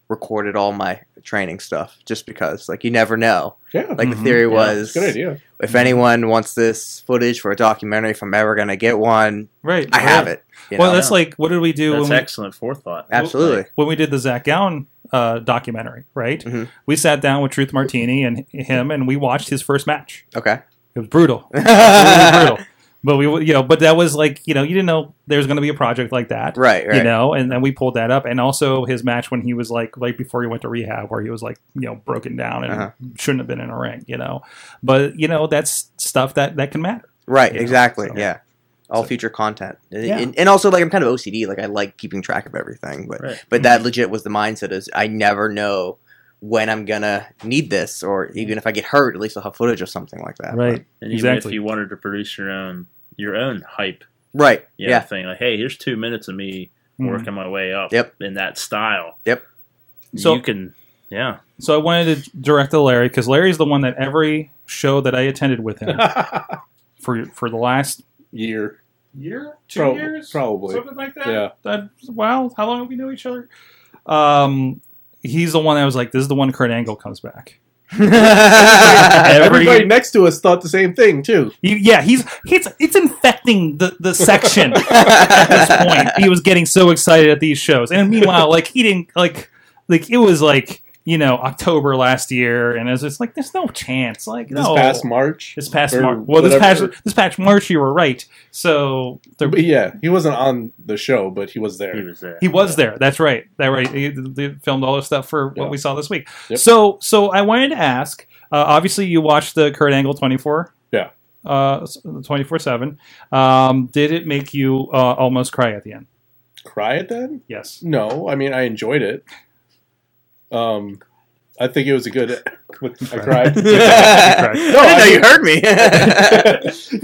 S4: recorded all my training stuff just because, like, you never know.
S6: Yeah.
S4: Like,
S2: Mhm.
S4: the theory
S3: Yeah,
S4: was
S6: good idea.
S4: if anyone wants this footage for a documentary, if I'm ever going to get one,
S2: Right.
S4: I have it. you
S2: Oh, Well,
S4: know?
S2: that's like what did we do
S3: That's
S2: when we
S3: excellent forethought.
S4: Absolutely.
S2: when we did the Zach Gown uh, documentary, right?
S4: Mhm.
S2: We sat down with Truth Martini and him, and we watched his first match.
S4: Okay.
S2: It was brutal. It was
S4: right,
S2: brutal. But we, you know, but that was like, you know, you didn't know there was going to be a project like that,
S4: right.
S2: You know, and then we pulled that up, and also his match when he was like, like before he went to rehab, where he was like, you know, broken down and
S4: Uh-huh.
S2: shouldn't have been in a ring, you know. But you know, that's stuff that that can matter.
S4: Right,
S2: You know,
S4: exactly.
S2: so-
S4: Yeah. All future content. And-
S2: Yeah.
S4: And, and also like I'm kind of OCD, like I like keeping track of everything, but
S3: Right.
S4: but
S2: Mm-hmm.
S4: that legit was the mindset is I never know when I'm going to need this or even if I get hurt, at least I'll have footage or something like that.
S3: And even
S2: Exactly.
S3: if you wanted to produce your own your own hype,
S4: But- right.
S3: you
S4: Yeah.
S3: know, thing like, hey, here's two minutes of me
S2: Mhm.
S3: working my way up.
S4: Yep.
S3: In that style.
S4: Yep.
S2: So-
S3: you can, yeah.
S2: So I wanted to direct to Larry because Larry's the one that every show that I attended with him for for the last
S6: Year.
S2: year, two
S6: Prob-
S2: years,
S6: probably.
S2: something like that.
S6: Yeah.
S2: That wow, how long have we known each other? Um, he's the one that was like, this is the one Kurt Angle comes back.
S6: Everybody next to us thought the same thing too.
S2: He- yeah, he's he's it's infecting the the section at this point. He was getting so excited at these shows, and meanwhile, like he didn't like like it was like you know October last year, and it's just like there's no chance. Like
S6: This
S2: no.
S6: past March.
S2: this past
S6: or
S2: March. Well, this past
S6: whatever.
S2: this past March, you were right. So there,
S6: But yeah, he wasn't on the show, but he was there.
S3: He was there.
S2: He was there. That's right. That right. He, they filmed all the stuff for what
S6: Yeah.
S2: we saw this week.
S6: Yep.
S2: So, so I wanted to ask. Uh, obviously, you watched the Kurt Angle twenty four.
S6: Yeah.
S2: Uh, twenty four seven. Um, did it make you uh, almost cry at the end?
S6: Cry at that?
S2: Yes.
S6: No, I mean I enjoyed it. Um, I think it was a good. I cried.
S4: I didn't
S6: No, I
S4: know you
S6: mean-
S4: heard me.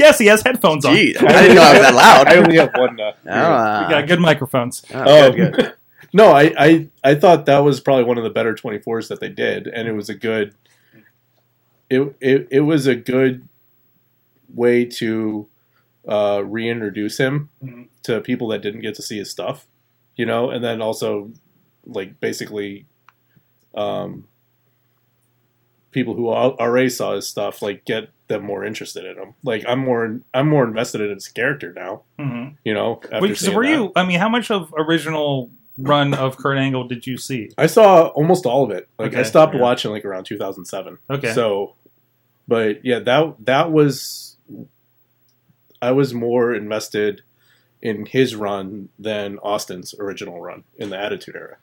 S2: Yes, he has headphones on.
S4: Jeez, I didn't know I was that loud.
S6: I only have one. Uh,
S2: We
S4: Ah.
S2: got good microphones.
S4: oh,
S6: oh,
S4: good, good.
S6: no, I, I I thought that was probably one of the better twenty fours that they did, and it was a good. It it it was a good way to uh, reintroduce him
S2: Mhm.
S6: to people that didn't get to see his stuff, you know, and then also like basically, um, people who al- already saw his stuff like get them more interested in him. Like I'm more I'm more invested in his character now,
S2: Mm-hmm.
S6: you know. after
S2: so
S6: seeing
S2: were
S6: that.
S2: you? I mean, how much of original run of Kurt Angle did you see?
S6: I saw almost all of it. Like I
S2: Okay,
S6: stopped
S3: yeah.
S6: watching like around 2007.
S2: Okay.
S6: So, but yeah, that that was I was more invested in his run than Austin's original run in the Attitude Era.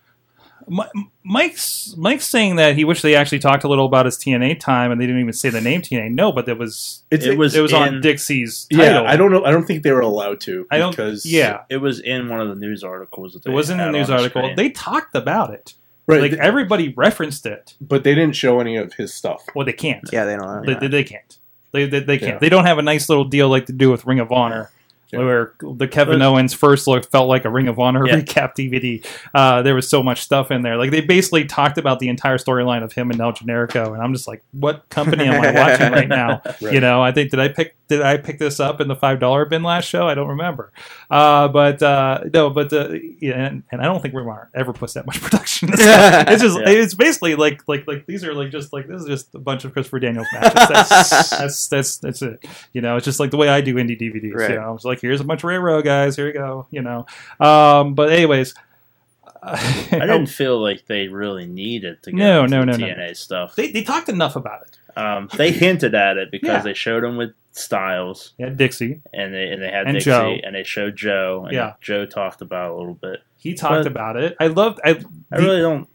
S2: Mi- Mike's Mike's saying that he wished they actually talked a little about his TNA time, and they didn't even say the name TNA. No, but there was
S6: It's,
S3: It was
S2: it was on
S3: in-
S2: Dixie's title.
S6: yeah. I don't know. I don't think they were allowed to.
S2: I don't-
S6: Because,
S2: Yeah,
S3: It was in one of the news articles. That
S2: it wasn't in
S3: had
S2: the
S3: on
S2: news article.
S3: screen.
S2: They talked about it.
S6: right.
S2: like
S6: th-
S2: everybody referenced it.
S6: but they didn't show any of his stuff.
S2: Well, they can't.
S4: Yeah, they don't know.
S2: They, they, they can't. They, they, they can't.
S6: Yeah.
S2: They don't have a nice little deal like they do with Ring of Honor, where the Kevin
S3: Uh,
S2: Owens first look felt like a Ring of Honor
S3: Yeah.
S2: recap DVD. Uh, there was so much stuff in there. Like they basically talked about the entire storyline of him and El Generico, and I'm just like, what company am I watching right now?
S6: Right.
S2: You know, I think did I pick did I pick this up in the five dollar bin last show? I don't remember. Uh, but uh, no, but uh, yeah, and, and I don't think Ring of Honor ever puts that much production. in stuff. it's just
S3: Yeah.
S2: it's basically like like like these are like just like this is just a bunch of Christopher Daniels matches. That's that's that's, that's it. You know, it's just like the way I do indie DVDs.
S4: Right.
S2: You know, I was like, here's a bunch of railroad guys. Here you go. You know, um, but anyways,
S3: I didn't feel like they really needed to go
S2: No,
S3: into
S2: no,
S3: the
S2: no, no.
S3: TNA stuff.
S2: they, they talked enough about it.
S3: Um, they hinted at it because
S2: Yeah.
S3: they showed him with Styles
S2: Yeah, Dixie.
S3: and they and they had
S2: And
S3: Dixie
S2: Joe.
S3: and they showed Joe and
S2: Yeah.
S3: Joe talked about it a little bit.
S2: He talked
S3: But-
S2: about it. I loved I,
S3: I
S2: the-
S3: really don't.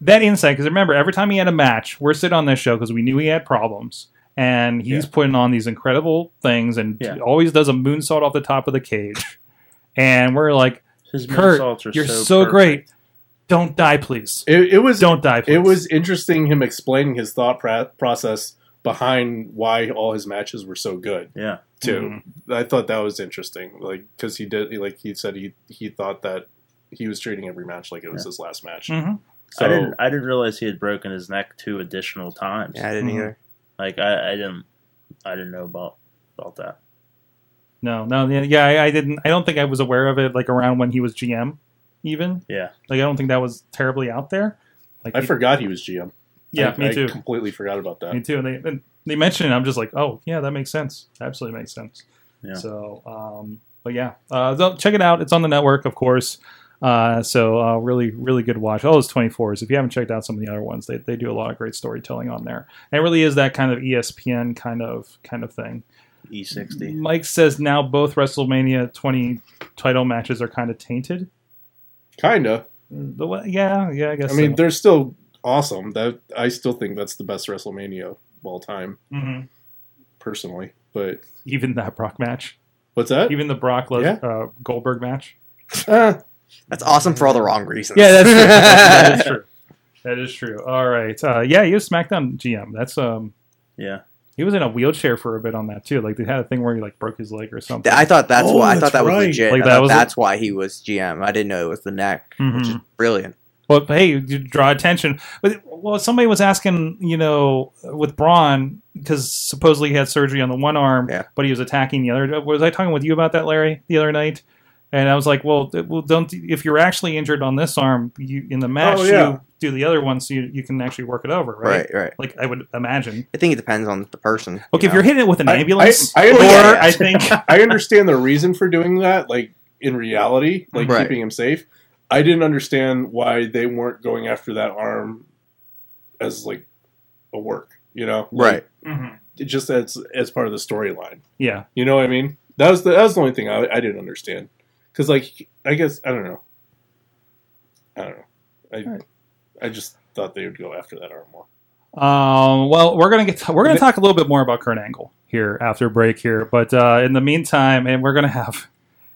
S2: that insight because remember every time he had a match we're sitting on this show because we knew he had problems and he's putting on these incredible things and
S3: Yeah.
S2: always does a moonsault off the top of the cage and we're like
S3: His
S2: Kurt,
S3: moonsaults are
S2: you're so,
S3: perfect.
S2: great don't die please
S6: It, it was
S2: don't die please
S6: it was interesting him explaining his thought pra- process behind why all his matches were so good
S3: Yeah,
S6: too.
S2: Mm-hmm.
S6: I thought that was interesting, like because he did, like he said, he he thought that he was treating every match like it was his last match.
S2: Mhm.
S6: So
S3: I didn't. I didn't realize he had broken his neck two additional times.
S4: Yeah, I didn't
S2: Mhm.
S4: either.
S3: Like I, I didn't. I didn't know about about that.
S2: no no yeah, yeah I, I didn't i don't think i was aware of it like around when he was gm even
S3: Yeah.
S2: like i don't think that was terribly out there like
S6: I
S2: he-
S6: forgot he was GM.
S2: yeah
S6: I,
S2: me
S6: I
S2: too
S6: Completely forgot about that.
S2: me too. And they and they mentioned it. I'm just like, oh yeah, that makes sense. Absolutely makes sense.
S3: Yeah.
S2: So, um, but yeah, uh, so check it out. It's on the network, of course. Uh, so uh, really, really good watch. All those 24s. If you haven't checked out some of the other ones, they, they do a lot of great storytelling on there. And it really is that kind of E ESPN kind of kind of thing.
S3: E sixty.
S2: Mike says now both WrestleMania 20 title matches are kind of tainted.
S6: Kinda.
S2: The way, yeah, yeah, I guess.
S6: I mean,
S2: so.
S6: they're still awesome. That I still think that's the best WrestleMania of all time,
S2: Mhm.
S6: personally. But
S2: even that Brock match,
S6: what's that?
S2: even the Brock Les- uh, Goldberg match.
S6: Ah,
S4: That's awesome for all the wrong reasons.
S2: Yeah, that's true. that is true. That is true. All right. Uh, yeah, he was SmackDown GM. That's um,
S3: Yeah.
S2: he was in a wheelchair for a bit on that too. Like they had a thing where he like broke his leg or something.
S4: I thought that's
S6: Oh,
S4: why. I
S6: that's
S4: thought that
S6: right.
S4: was legit.
S2: Like,
S4: I
S2: that
S4: thought
S2: was a-
S4: that's why he was GM. I didn't know it was the neck, which is
S2: Mhm.
S4: brilliant.
S2: Well, but hey, you draw attention. But well, somebody was asking, you know, with Braun because supposedly he had surgery on the one arm,
S4: Yeah.
S2: but he was attacking the other. Was I talking with you about that, Larry, the other night? And I was like, well, th- well, don't if you're actually injured on this arm, you in the match
S6: Oh, yeah.
S2: you do the other one, so you, you can actually work it over, right?
S4: Right, right.
S2: Like I would imagine.
S4: I think it depends on the person.
S2: Okay,
S4: you
S2: if you're hitting it with an
S6: I-
S2: ambulance,
S6: I- I-
S2: or
S6: yeah, yeah.
S2: I think
S6: I understand the reason for doing that, like in reality, like
S4: Right.
S6: keeping him safe. I didn't understand why they weren't going after that arm as like a work, you know?
S4: know? right.
S6: It just as as part of the storyline.
S2: yeah,
S6: You know what I mean? That was the that was the only thing I, I didn't understand. Because like I guess I don't know. I don't know. I
S2: Alright.
S6: I just thought they would go after that arm more.
S2: um, well, we're gonna get we're gonna talk a little bit more about Kurt Angle here after break here, but uh, in the meantime, and we're gonna have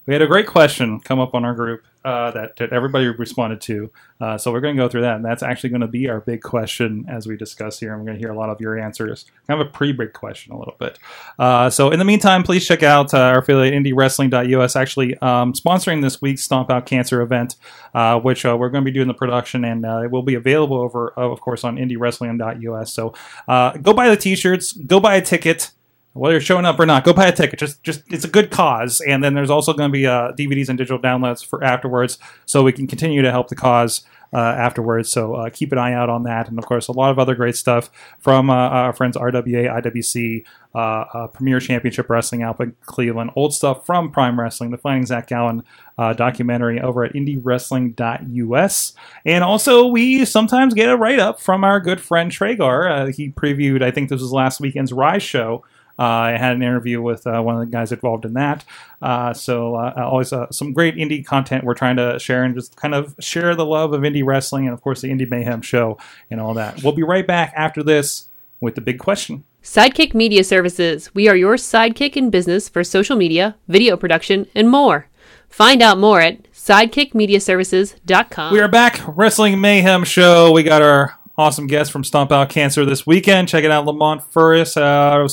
S2: we had a great question come up on our group uh, that, that everybody responded to, uh, so we're gonna go through that, and that's actually gonna be our big question as we discuss here, and we're gonna hear a lot of your answers. Kind of a pre-big question a little bit. Uh, so in the meantime, please check out uh, our affiliate IndieWrestling.us actually um, sponsoring this week's Stomp Out Cancer event. uh, which uh, we're going to be doing the production and uh, it will be available over, uh, of course, on indiewrestling.us. So uh, go buy the t-shirts, go buy a ticket. Whether you're showing up or not, go buy a ticket. Just, just it's a good cause, and then there's also going to be uh, DVDs and digital downloads for afterwards, so we can continue to help the cause uh, afterwards. So uh, keep an eye out on that, and of course, a lot of other great stuff from uh, our friends RWA, IWC, uh, uh, Premier Championship Wrestling out in Cleveland, old stuff from Prime Wrestling, the Finding Zach Gallen uh, documentary over at indiewrestling.us. And also, we sometimes get a write up from our good friend Tragar. Uh, he previewed, I think this was last weekend's Rise show. Uh, I had an interview with uh, one of the guys involved in that. Uh, so, uh, always uh, some great indie content we're trying to share and just kind of share the love of indie wrestling and, of course, the Indie Mayhem show and all that. We'll be right back after this with the big question.
S7: Sidekick Media Services. We are your sidekick in business for social media, video production, and more. Find out more at sidekickmediaservices.com.
S2: We are back, Wrestling Mayhem Show. We got our awesome guest from Stomp Out Cancer this weekend. Check it out, Lamont Furris. Uh,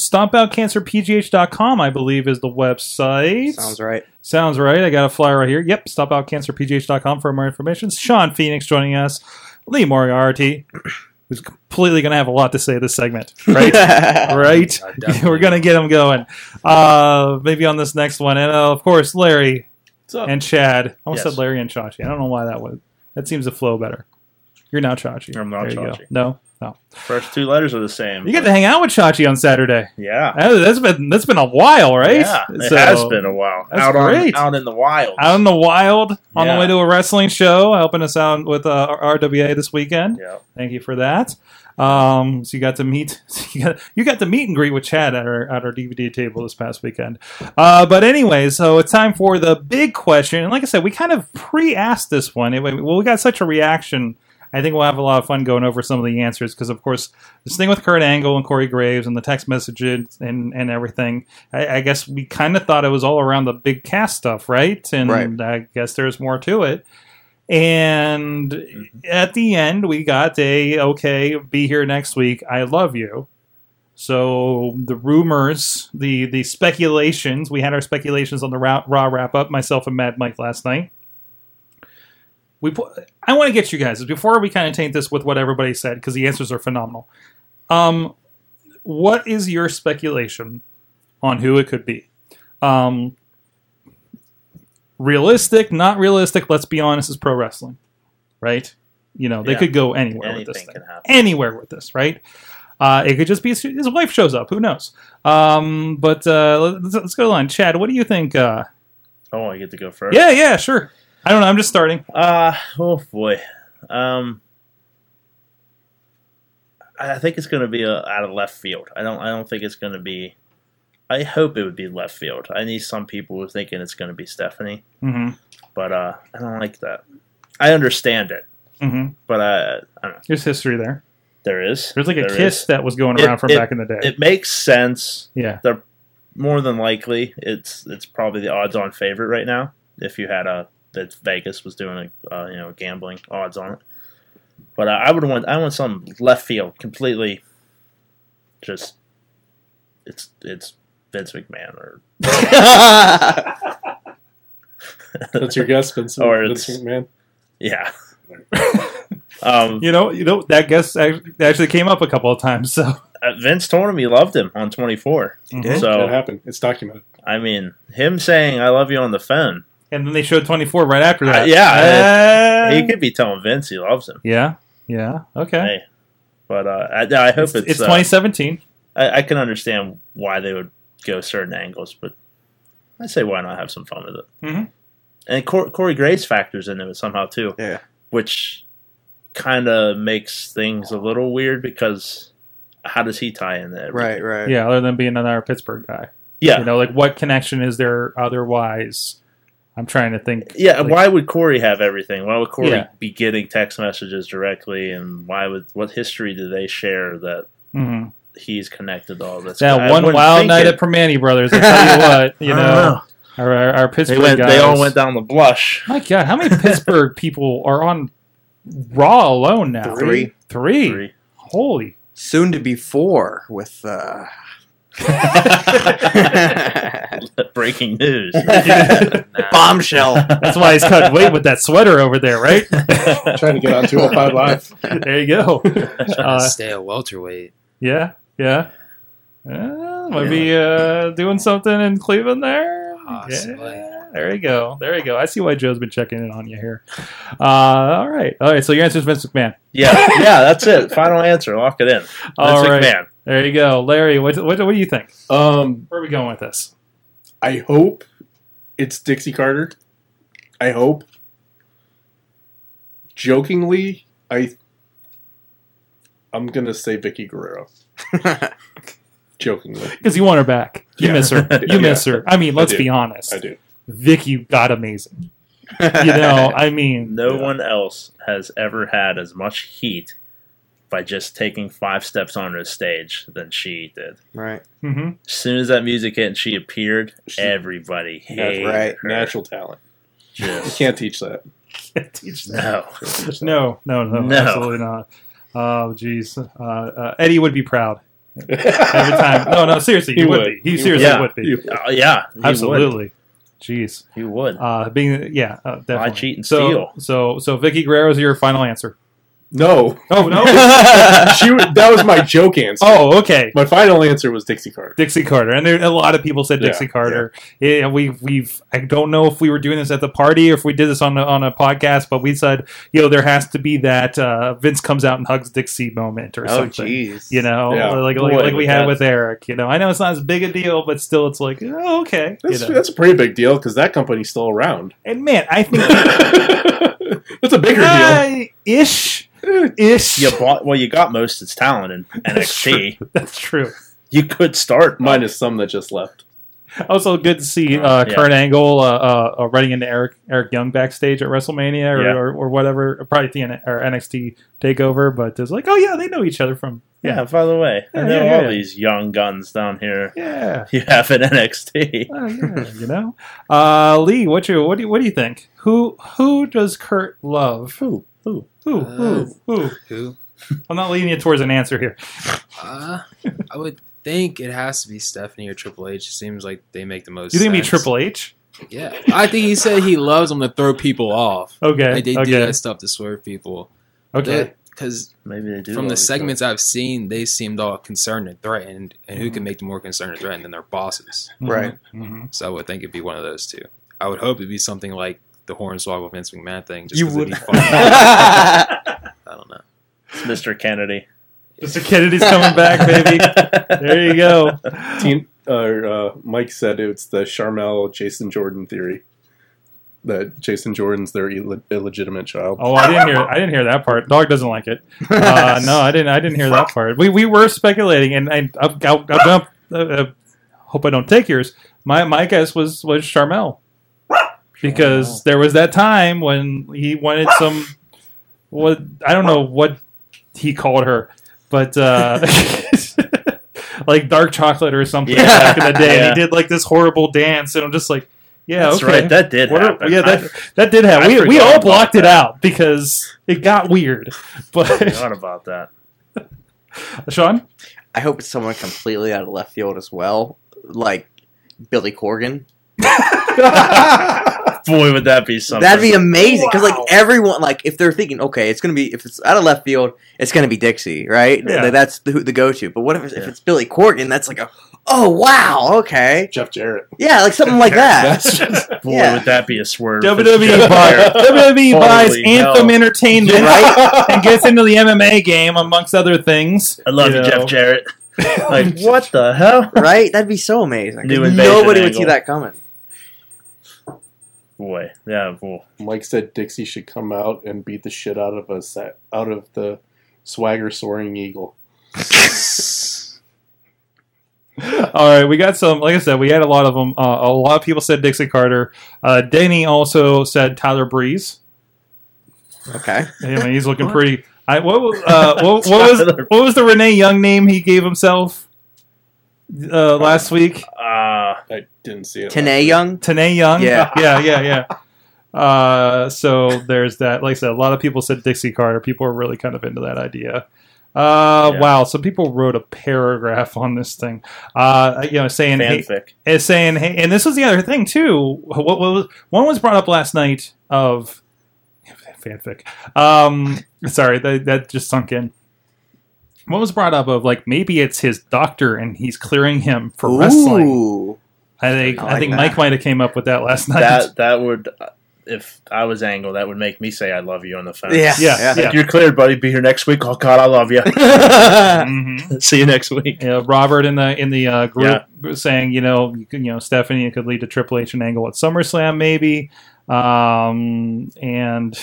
S2: stompoutcancerpgh.com, I believe, is the website.
S4: Sounds right.
S2: Sounds right. I got a flyer right here. Yep, stompoutcancerpgh.com for more information. Sean Phoenix joining us. Lee Moriarty, who's completely going to have a lot to say this segment, right? right?
S5: I definitely-
S2: We're going to get him going. Uh, maybe on this next one. And uh, of course, Larry
S6: What's up?
S2: and Chad. I almost
S3: Yes.
S2: said Larry and Chachi. I don't know why that was. That seems to flow better. You're now Chachi.
S3: I'm not
S2: There you go.
S3: Chachi.
S2: No, no.
S3: First two letters are the same.
S2: You get to hang out with Chachi on Saturday.
S3: yeah.
S2: That- That's been that's been a while, right?
S3: Yeah, it
S2: So-
S3: has been a while.
S2: That's
S3: out on
S2: great.
S3: out in the wild.
S2: out in the wild on the
S3: Yeah.
S2: way to a wrestling show, helping us out with uh, our RWA this weekend.
S3: yeah.
S2: Thank you for that. Um, so you got to meet you got, you got to meet and greet with Chad at our at our DVD table this past weekend. Uh, but anyway, so it's time for the big question. And like I said, we kind of pre-asked this one. It, well, we got such a reaction. I think we'll have a lot of fun going over some of the answers because, of course, this thing with Kurt Angle and Corey Graves and the text messages and, and everything. I, I guess we kind of thought it was all around the big cast stuff, right? And
S4: Right.
S2: I guess there's more to it. And at the end, we got a okay, be here next week. I love you. So the rumors, the the speculations, we had our speculations on the Ra- raw wrap up. Myself and Mad Mike last night. We pu- I want to get you guys before we kind of taint this with what everybody said because the answers are phenomenal. Um, what is your speculation on who it could be? Um, realistic, not realistic. Let's be honest, is pro wrestling, right? You know, they
S3: Yeah.
S2: could go anywhere with this
S3: Anything
S2: thing
S3: can happen.
S2: anywhere with this, right? Uh, it could just be his, his wife shows up. Who knows? Um, but uh, let's, let's go to the line. Chad, what do you think? Uh,
S3: Oh, I get to go first.
S2: yeah, yeah, sure. I don't know. I'm just starting.
S3: Uh oh boy. Um I I think it's going to be uh out of left field. I don't I don't think it's going to be I hope it would be left field. I need some people who are thinking it's going to be Stephanie,
S2: hmm
S3: but uh I don't like that. I understand it,
S2: hmm
S3: but uh, I don't know.
S2: There's history there.
S3: There is.
S2: There's like a
S3: There
S2: kiss
S3: is.
S2: that was going
S3: It-
S2: around from
S3: it-
S2: back in the day.
S3: It makes sense.
S2: yeah.
S3: More than likely, it's it's probably the odds-on favorite right now. If you had a that Vegas was doing a uh, you know gambling odds on it, but uh, I would want I want some left field completely. Just it's it's Vince McMahon or
S6: That's your guess, Vincent.
S3: Or
S6: Vince
S3: it's-
S6: McMahon.
S3: yeah. um,
S2: You know, you know that guess ac- actually came up a couple of times. So
S3: uh, Vince told him he loved him on twenty four.
S2: Mhm.
S6: That
S3: So
S6: happened. It's documented.
S3: I mean, him saying "I love you" on the phone,
S2: and then they showed 24 right after that.
S3: Uh, yeah,
S2: Uh,
S3: he could be telling Vince he loves him.
S2: yeah. Yeah. Okay.
S3: Hey, But uh, I, I hope
S2: It's,
S3: it's,
S2: it's
S3: uh,
S2: 2017.
S3: I, I can understand why they would go certain angles, but I say why not have some fun with it?
S4: Mm-hmm.
S2: Mhm.
S3: And Cor- Corey Graves factors into it somehow too,
S4: Yeah.
S3: which kind of makes things a little weird because how does he tie in there?
S4: Right, right.
S2: Yeah. Other than being another Pittsburgh guy.
S3: Yeah,
S2: You know, like what connection is there otherwise? I'm trying to think.
S3: yeah.
S2: like-
S3: why would Corey have everything? Why would Corey
S2: Yeah.
S3: be getting text messages directly? And why would what history do they share that
S2: Mhm.
S3: he's connected to all this?
S2: That
S3: I
S2: one
S3: wouldn't
S2: wild
S3: think
S2: night
S3: it-
S2: at Permani Brothers. I tell you what, you
S3: I
S2: know,
S3: don't
S2: Our, our, our Pittsburgh
S3: They went.
S2: guys.
S3: They all went down the blush.
S2: My God, how many Pittsburgh people are on Raw alone now?
S4: Three.
S2: Three.
S3: Three.
S2: Holy.
S4: Soon to be four with. Uh...
S3: Breaking news.
S5: Nah.
S4: Bombshell.
S2: That's why he's cut weight with that sweater over there, right?
S6: I'm trying to get on 205 Live.
S2: there you go.
S5: Trying to
S2: Uh,
S5: stay a welterweight.
S2: yeah, yeah. Uh, maybe uh, doing something in Cleveland there.
S5: Possibly.
S2: Yeah, there you go. There you go. I see why Joe's been checking in on you here. Uh, all right. All right. So your answer is Vince McMahon.
S3: Yeah, yeah, that's it. Final answer. Lock it in. Vince
S2: All right.
S3: McMahon.
S2: There you go, Larry. What, what, what do you think?
S6: Um,
S2: Where are we going with this?
S6: I hope it's Dixie Carter. I hope. Jokingly, I I'm gonna say Vicky Guerrero. Jokingly,
S2: Because you want her back. You
S6: Yeah.
S2: miss her. You
S6: Yeah.
S2: miss her. I mean, let's
S6: do.
S2: be honest.
S6: I do.
S2: Vicky got amazing. You know, I mean,
S3: No one else has ever had as much heat by just taking five steps onto the stage than she did.
S4: Right.
S2: mhm.
S3: As soon as that music hit and she appeared,
S6: She-
S3: everybody
S6: That's
S3: hated
S4: right.
S3: her.
S6: Natural talent. You
S3: Just-
S6: can't teach that.
S2: Can't teach that.
S3: no.
S2: No, no, no,
S3: No.
S2: absolutely not. Oh, jeez. Uh, uh, Eddie would be proud every time. No, no, seriously, he,
S6: He
S2: would,
S6: would.
S2: be. He seriously
S3: Yeah.
S2: would be.
S6: You-
S3: Uh, yeah, he would.
S2: Absolutely. Jeez.
S3: He would.
S2: Uh, being yeah, uh, definitely.
S3: cheat and
S2: so,
S3: steal?
S2: So so Vicky Guerrero's your final answer.
S6: No,
S2: Oh no.
S6: she. wa- That was my joke answer.
S2: oh okay.
S6: My final answer was Dixie Carter.
S2: Dixie Carter, and there, a lot of people said
S6: Yeah,
S2: Dixie Carter. Yeah, we we've I don't know if we were doing this at the party or if we did this on a, on a podcast, but we said you know there has to be that uh, Vince comes out and hugs Dixie moment or
S4: Oh,
S2: something.
S4: jeez.
S2: You know,
S6: Yeah.
S2: like like,
S3: Boy,
S2: like we
S3: would
S2: had
S3: that-
S2: with Eric. You know, I know it's not as big a deal, but still, it's like oh, okay. You
S6: That's,
S2: know?
S6: that's a pretty big deal because that company's still around.
S2: And man, I think
S6: that's a bigger deal.
S2: I- ish ish.
S3: you bought well. You got most of its talent in NXT.
S2: That's true.
S3: You could start.
S6: Minus some that just left.
S2: Also, good to see uh,
S3: Yeah.
S2: Kurt Angle uh, uh, uh, running into Eric Eric Young backstage at WrestleMania or,
S3: Yeah.
S2: or, or whatever, probably the N- or NXT Takeover. But it's like, oh yeah, they know each other from
S3: Yeah.
S2: yeah,
S3: By the way, I
S2: Yeah,
S3: know
S2: yeah,
S3: all
S2: yeah.
S3: these young guns down here.
S2: yeah,
S3: You have an NXT.
S2: Oh, yeah, you know. Uh, Lee, what you what do you, what do you think? Who who does Kurt love? Who who who
S5: Uh,
S2: who who?
S5: Who?
S2: I'm not leaning you towards an answer here.
S5: Uh, I would think it has to be Stephanie or Triple H. It seems like they make the most.
S2: Do you think it'd be
S5: sense.
S2: Triple H?
S5: Yeah, I think he said he loves them to throw people off.
S2: Okay,
S5: Like they
S2: okay,
S5: do that stuff to swerve people.
S2: okay.
S5: Because
S3: Maybe they do.
S5: from
S3: love
S5: the
S3: each
S5: segments I've seen, they seemed all concerned and threatened, and who can
S2: Mm.
S5: make them more concerned and threatened than their bosses?
S4: Right.
S2: Mhm.
S5: So I would think it'd be one of those two. I would hope it'd be something like the Hornswoggle Vince McMahon thing. Just
S4: You
S5: 'cause it'd
S4: would-
S5: be funny.
S4: yeah.
S5: I don't know.
S3: other. It's Mr. Kennedy.
S2: Mr. Kennedy's coming back, baby. There you go.
S6: Teen, or, uh, Mike said it's the Charmel Jason Jordan theory that Jason Jordan's their Ill- illegitimate child.
S2: Oh, I didn't hear. I didn't hear that part. Dog doesn't like it. Uh, no, I didn't. I didn't hear that part. We we were speculating, and I I, I, I, I, I uh, hope I don't take yours. My my guess was was Charmel, because there was that time when he wanted some. What I don't know what he called her, but uh, like dark chocolate or something
S3: Yeah.
S2: back in the day.
S3: Yeah.
S2: And he did like this horrible dance, and I'm just like, yeah,
S3: That's
S2: okay.
S3: right. That did
S2: What are-
S3: happen.
S2: yeah,
S3: I
S2: that, that did happen.
S3: I
S2: We, we
S3: forgot
S2: all
S3: about
S2: blocked it out because it got weird. But
S3: forgot about that.
S2: Sean,
S4: I hope it's someone completely out of left field as well, like Billy Corgan.
S3: Boy, would that be something.
S4: That'd be amazing because like everyone, like if they're thinking, okay, it's gonna be if it's out of left field, it's gonna be Dixie, right?
S2: Yeah.
S4: Th- That's the, who- the go to. But what if it's, if
S3: Yeah.
S4: it's Billy Corgan? That's like a oh wow, okay,
S6: Jeff Jarrett.
S4: yeah, like something like that.
S6: That's just
S3: Boy,
S4: yeah.
S3: would that be a swerve. if it's
S2: WWE
S3: Jeff
S2: E buys,
S3: Jarrett.
S2: WWE buys
S3: Holy
S2: Anthem
S3: hell.
S2: Entertainment
S4: Right?
S2: and gets into the MMA game amongst other things.
S3: I love you,
S2: know.
S3: Jeff Jarrett. like, what the hell?
S4: right? That'd be so amazing.
S3: New invasion
S4: Nobody would see
S3: angle.
S4: that coming.
S3: Boy, yeah, boy.
S6: Mike said Dixie should come out and beat the shit out of a set, out of the swagger soaring eagle.
S2: All right, we got some. Like I said, we had a lot of them. Uh, a lot of people said Dixie Carter. Uh, Danny also said Tyler Breeze.
S4: Okay,
S2: I mean, he's looking pretty. I, what, was- uh, what, what was
S3: Tyler.
S2: what was the Renee Young name he gave himself uh, last week?
S3: Uh,
S6: I didn't see it.
S4: Tanae Young.
S2: Tanae Young.
S4: Yeah.
S2: yeah, yeah, yeah. Uh, so there's that. Like I said, a lot of people said Dixie Carter. People are really kind of into that idea. Uh,
S3: Yeah.
S2: wow. So people wrote a paragraph on this thing. Uh, you know, saying hey,
S3: fanfic.
S2: is saying, "Hey," and this was the other thing too. What, what was one was brought up last night of fanfic. Um, sorry, that, that just sunk in. One was brought up of like maybe it's his doctor and he's clearing him for wrestling.
S4: Ooh,
S2: I think
S4: I
S2: I,
S4: like
S2: think
S4: that.
S2: Mike might have came up with that last night.
S3: That, that would, uh, if I was Angle, that would make me say I love you on the phone.
S4: yeah,
S2: yeah, yeah.
S3: Like, You're cleared, buddy. Be here next week. Oh, God, I love you.
S2: Mhm.
S3: See you next week.
S2: Yeah, Robert in the in the uh, group saying, you know, you, could- you know, Stephanie it could lead to Triple H and Angle at SummerSlam, maybe, um, and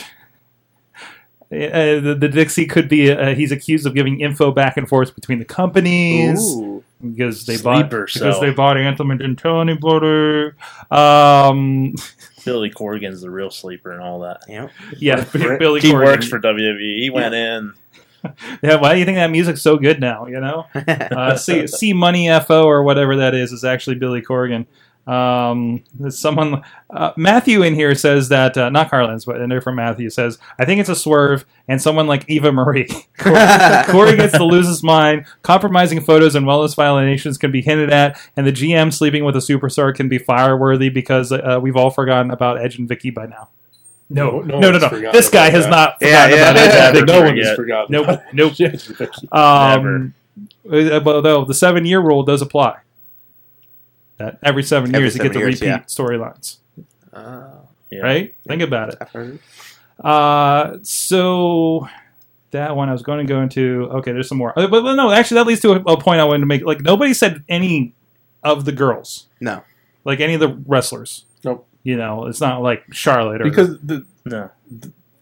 S2: uh, the, the Dixie could be uh, he's accused of giving info back and forth between the companies
S4: Ooh.
S2: because they bought
S3: Sleeper
S2: because
S3: cell.
S2: they bought Anthem and didn't tell anybody. Um,
S3: Billy Corgan's the real sleeper and all that.
S4: Yeah.
S2: yeah,
S4: Right.
S2: Billy
S3: He
S2: Corgan.
S3: works for WWE. He went in.
S2: Yeah, why do you think that music's so good now? You know, uh, C, C Money FO or whatever that is is actually Billy Corgan. Um, there's someone uh, Matthew in here says that uh, not Carlins, but a note from Matthew says I think it's a swerve, and someone like Eva Marie. Corey gets to lose his mind. Compromising photos and wellness violations can be hinted at, and the GM sleeping with a superstar can be fireworthy because uh, we've all forgotten about Edge and Vicky by now. No,
S6: No-
S2: no, no, no.
S6: no one's forgotten
S2: This guy
S6: about
S2: has not
S4: Yeah,
S6: that.
S2: forgotten
S4: yeah.
S2: about Edge. and
S3: Never
S6: no one
S3: forget.
S6: has forgotten.
S2: Nope, nope.
S6: nope.
S2: Um, uh, but though the seven year rule does apply. That every seven
S4: Every
S2: years
S4: seven
S2: you get to
S4: years,
S2: repeat
S4: yeah.
S2: storylines,
S4: Oh,
S3: Yeah.
S2: right? Think about it.
S4: I've heard.
S2: Uh, so that one I was going to go into. Okay, there's some more. Uh, But, but no, actually, that leads to a, a point I wanted to make. Like nobody said any of the girls,
S4: No.
S2: like any of the wrestlers.
S6: Nope.
S2: You know, it's not like Charlotte or
S6: because the,
S3: No.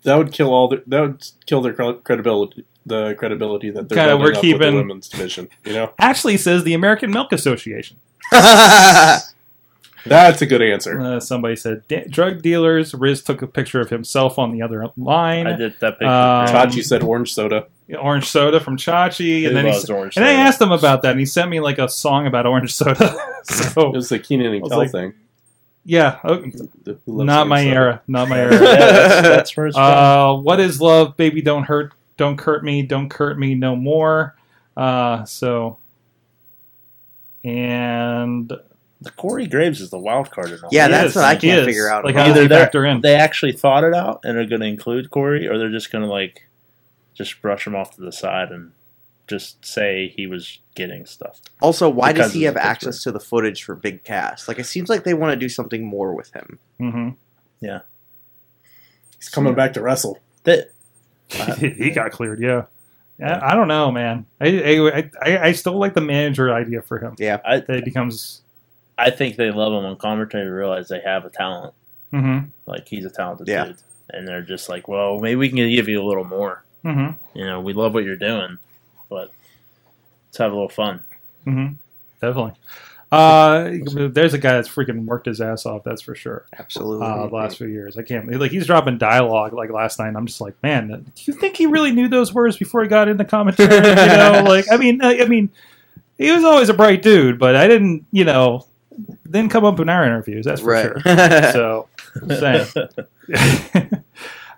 S6: that would kill all their, that would kill their cre- credibility. The credibility that they're
S2: Kinda,
S6: building
S2: we're
S6: up with
S2: keeping-
S6: the women's division. You know,
S2: Ashley says the American Milk Association.
S6: that's a good answer.
S2: Uh, somebody said "Da- drug dealers. Riz took a picture of himself on the other line.
S3: I did that picture.
S2: Um,
S6: Tachi said orange soda.
S2: orange soda from Chachi, and then he,
S3: loves
S2: s-
S3: orange
S2: and I
S3: soda.
S2: asked him about that, and he sent me like a song about orange soda.
S6: It
S2: so
S6: was the Keenan and
S2: was
S6: Kel
S2: like,
S6: thing.
S2: yeah, oh,
S6: The- who loves
S2: not
S6: orange
S2: my
S6: soda.
S2: era, not my
S3: yeah,
S2: era.
S3: that's, that's where it's from.
S2: uh, what is love, baby? Don't hurt, don't hurt me, don't hurt me no more. Uh, so, and
S3: The Corey Graves is the wild card. In all
S4: Yeah,
S2: He
S3: this.
S4: that's
S2: is,
S4: what I
S2: he
S4: can't
S2: is.
S4: figure out
S2: Like
S4: about
S2: how
S3: Either
S2: they
S3: they're-
S2: factor in.
S3: they actually thought it out and are going to include Corey, or they're just going to like just brush him off to the side and just say he was getting stuff.
S4: Also, why
S3: Because
S4: does he
S3: of
S4: have
S3: the picture.
S4: access to the footage for Big Cass? Like, it seems like they want to do something more with him.
S2: Mhm.
S6: He's coming back to wrestle.
S3: That
S2: he got cleared. Yeah. Yeah, I don't know, man. I, I I I still like the manager idea for him.
S4: Yeah.
S3: I
S2: That he becomes.
S3: I think they love him when commentary realize they have a talent.
S2: Mm-hmm,
S3: Like he's a talented
S4: Yeah.
S3: dude, and they're just like, well, maybe we can give you a little more.
S2: mm-hmm,
S3: You know, we love what you're doing, but let's have a little fun.
S2: mm-hmm. Definitely. Uh, there's a guy that's freaking worked his ass off. That's for sure.
S4: Absolutely.
S2: Uh, the last few years, I can't like he's dropping dialogue like last night. and I'm just like, man, do you think he really knew those words before he got into commentary? you know, like I mean, I, I mean, he was always a bright dude, but I didn't, you know, didn't come up in our interviews. That's for sure.
S4: right.
S2: so same.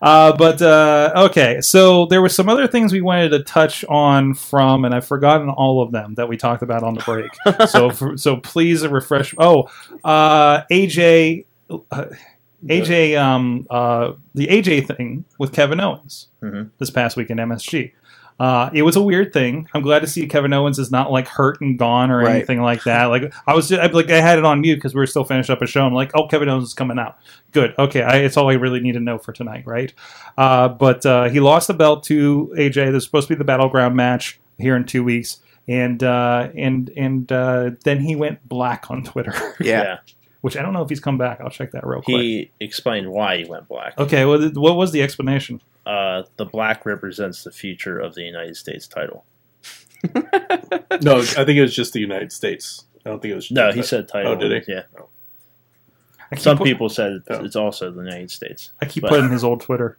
S2: uh, but uh, okay, so there were some other things we wanted to touch on from, and I've forgotten all of them that we talked about on the break. so for, so please refresh. Oh, uh, AJ. Uh, AJ, um, uh, the AJ thing with Kevin Owens
S4: Mm-hmm.
S3: Mhm.
S2: this past week in MSG. Uh, it was a weird thing. I'm glad to see Kevin Owens is not like hurt and gone or
S4: Right.
S2: anything like that. Like I was, I, like I had it on mute because we were still finishing up a show. I'm like, oh, Kevin Owens is coming out. Good. Okay, I, it's all I really need to know for tonight, right? Uh, but uh, he lost the belt to AJ. There's supposed to be the battleground match here in two weeks, and uh, and and uh, then he went black on Twitter,
S4: Yeah.
S2: which I don't know if he's come back. I'll check that real quick.
S3: He explained why he went black.
S2: Okay, well, th- what was the explanation?
S3: Uh, the black represents the future of the United States title.
S6: Uh, No, I think it was just the United States. I don't think it was.
S3: No, he said title.
S6: Oh, did he?
S3: Yeah.
S2: I keep
S3: Some
S2: pu-
S3: people said it-
S6: Oh.
S3: it's also the United States.
S2: I keep
S3: but-
S2: putting his old Twitter.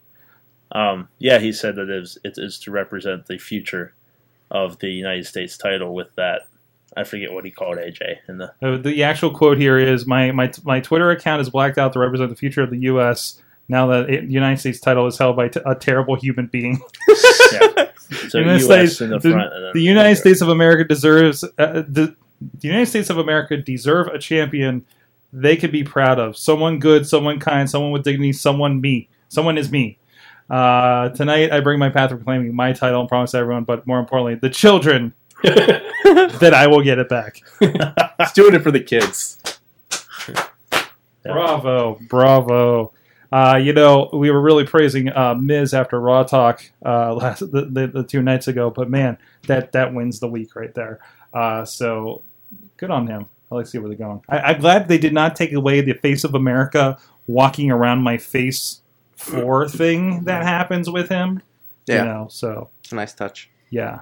S3: Um, yeah, he said that it is, it is to represent the future of the United States title with that. I forget what he called AJ in the
S2: Uh, the actual quote here is my, my my Twitter account is blacked out to represent the future of the U.S. Now that it, the United States title is held by t- a terrible human being,
S3: yeah. so
S2: United
S3: US
S2: States-
S3: in the,
S2: the-
S3: front. And then
S2: the United States of America deserves uh, the, the United States of America deserve a champion they could be proud of. Someone good, someone kind, someone with dignity, someone me. Someone is me. Uh, tonight, I bring my path of claiming my title and promise everyone, but more importantly, the children that I will get it back.
S6: He's doing it for the kids.
S3: Yeah.
S2: Bravo, bravo. Uh, you know, we were really praising uh, Miz after Raw Talk uh, last the, the, the two nights ago, but man, that that wins the week right there. Uh, so good on him. I like to see where they're going. I, I'm glad they did not take away the face of America walking around my face for thing that happens with him.
S4: Yeah.
S2: You know, so
S4: It's a nice touch.
S2: yeah.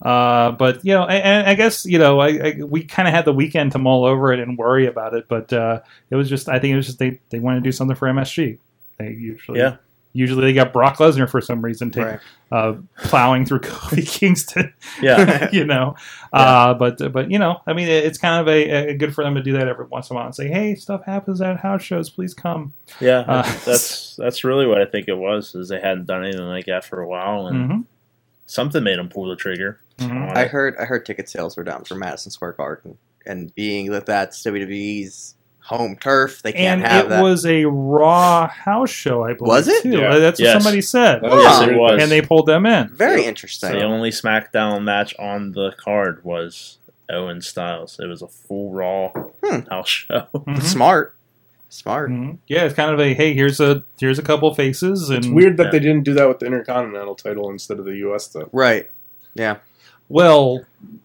S2: Uh, but you know, and, and I guess you know, I, I we kind of had the weekend to mull over it and worry about it, but uh, it was just I think it was just they they want to do something for MSG. They usually
S3: Yeah.
S2: Usually they got Brock Lesnar for some reason take,
S4: Right.
S2: uh, plowing through Kofi Kingston,
S3: Yeah.
S2: you know. Uh, but but you know, I mean, it, it's kind of a, a good for them to do that every once in a while and say, hey, stuff happens at house shows. Please come.
S3: Yeah,
S2: Uh,
S3: that's that's really what I think it was. Is they hadn't done anything like that for a while, and
S4: Mm-hmm.
S2: Mhm.
S3: something made them pull the trigger.
S2: Mhm.
S4: I heard I heard ticket sales were down for Madison Square Garden, and being that that's WWE's home turf, they
S2: And
S4: can't have
S2: it
S4: that.
S2: was a Raw house show, I believe.
S4: Was it?
S2: Too.
S6: Yeah.
S2: Uh, That's
S3: Yes.
S2: what somebody said.
S6: That was
S4: Yes, it
S6: weird.
S3: was.
S2: And they pulled them in.
S4: Very
S3: So
S4: interesting.
S3: the only SmackDown match on the card was Owen Styles. It was a full Raw
S4: Hmm.
S3: house show.
S2: Mhm.
S4: Smart, smart.
S2: Mhm. Yeah, it's kind of a hey, here's a here's a couple faces, and
S6: It's weird that
S3: Yeah.
S6: they didn't do that with the Intercontinental title instead of the U.S. though.
S4: Right. Yeah.
S2: well,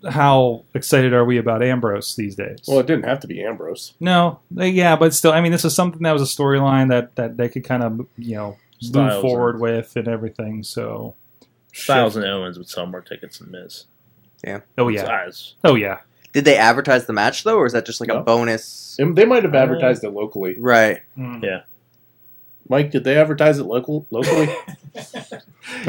S2: how excited are we about Ambrose these days?
S6: Well, it didn't have to be Ambrose.
S2: no, uh, yeah, but still, I mean, this is something that was a storyline that that they could kind of you know move
S3: Styles
S2: forward
S3: and-
S2: with and everything. So,
S3: Styles and Owens would sell more tickets than Miz.
S2: oh yeah,
S3: Styles.
S2: oh yeah,
S4: Did they advertise the match though, or is that just like a
S6: No.
S4: bonus?
S6: They might have advertised it locally.
S4: Right.
S2: Mm.
S3: Yeah.
S6: Mike, did they advertise it local locally? It's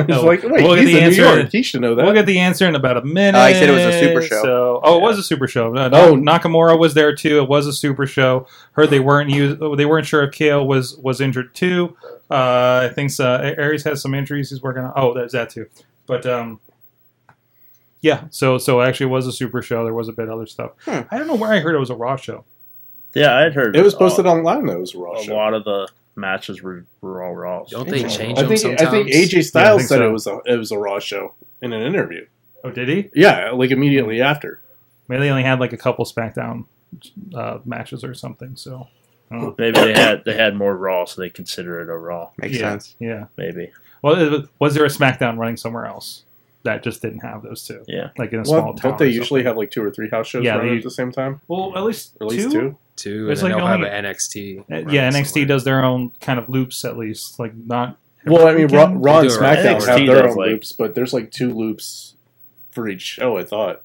S2: No.
S6: like, wait,
S2: We'll get
S6: he's
S2: the
S6: in New
S2: answer.
S6: York. He should know that.
S2: We'll get the answer in about a minute.
S4: Oh, he said it was a super show.
S2: So, oh, it was a super show. No,
S6: Oh.
S2: Na- Nakamura was there too. It was a super show. Heard they weren't use, oh, they weren't sure if KO was was injured too. Uh, I think so. A- Aries has some injuries he's working on. Oh, there's that too. But um, yeah. So so actually, it was a super show. There was a bit of other stuff.
S4: Hmm.
S2: I don't know where I heard it was a Raw show.
S3: Yeah, I had heard
S6: it was posted
S3: a,
S6: online. That it was a Raw
S3: a
S6: show.
S3: lot of the matches were, were all Raws.
S5: Don't they change
S6: I
S5: them
S6: think I think
S5: sometimes?
S6: AJ Styles
S2: think
S6: said
S2: so.
S6: it was a it was a Raw show in an interview.
S2: Oh, did he?
S6: Yeah, like immediately
S2: Mm-hmm.
S6: after.
S2: I mean, they only had like a couple SmackDown uh, matches or something. So
S3: Maybe they had they had more Raw, so they consider it a Raw.
S4: Makes
S2: yeah,
S4: sense.
S2: Yeah.
S3: Maybe.
S2: Well, it was- was there a SmackDown running somewhere else that just didn't have those two?
S3: Yeah.
S2: Like in a
S6: Well,
S2: small town.
S6: don't they
S2: or
S6: usually
S2: something?
S6: have like two or three house shows
S2: Yeah,
S6: running
S2: they-
S6: at the same time?
S2: Well, at least
S6: Or at least
S2: two?
S6: two.
S5: Two,
S2: There's
S5: and then
S2: like
S5: they'll have
S2: only-
S5: an NXT.
S2: Uh,
S5: run
S2: yeah, NXT
S5: somewhere.
S2: does their own kind of loops at least, like not.
S6: Well, I mean, Raw,
S2: Everyone
S6: Raw
S5: can-
S6: and
S5: They do it right.
S6: SmackDown
S3: NXT
S6: have their
S3: does,
S6: own
S3: like-
S6: loops, but there's like two loops for each show. I thought,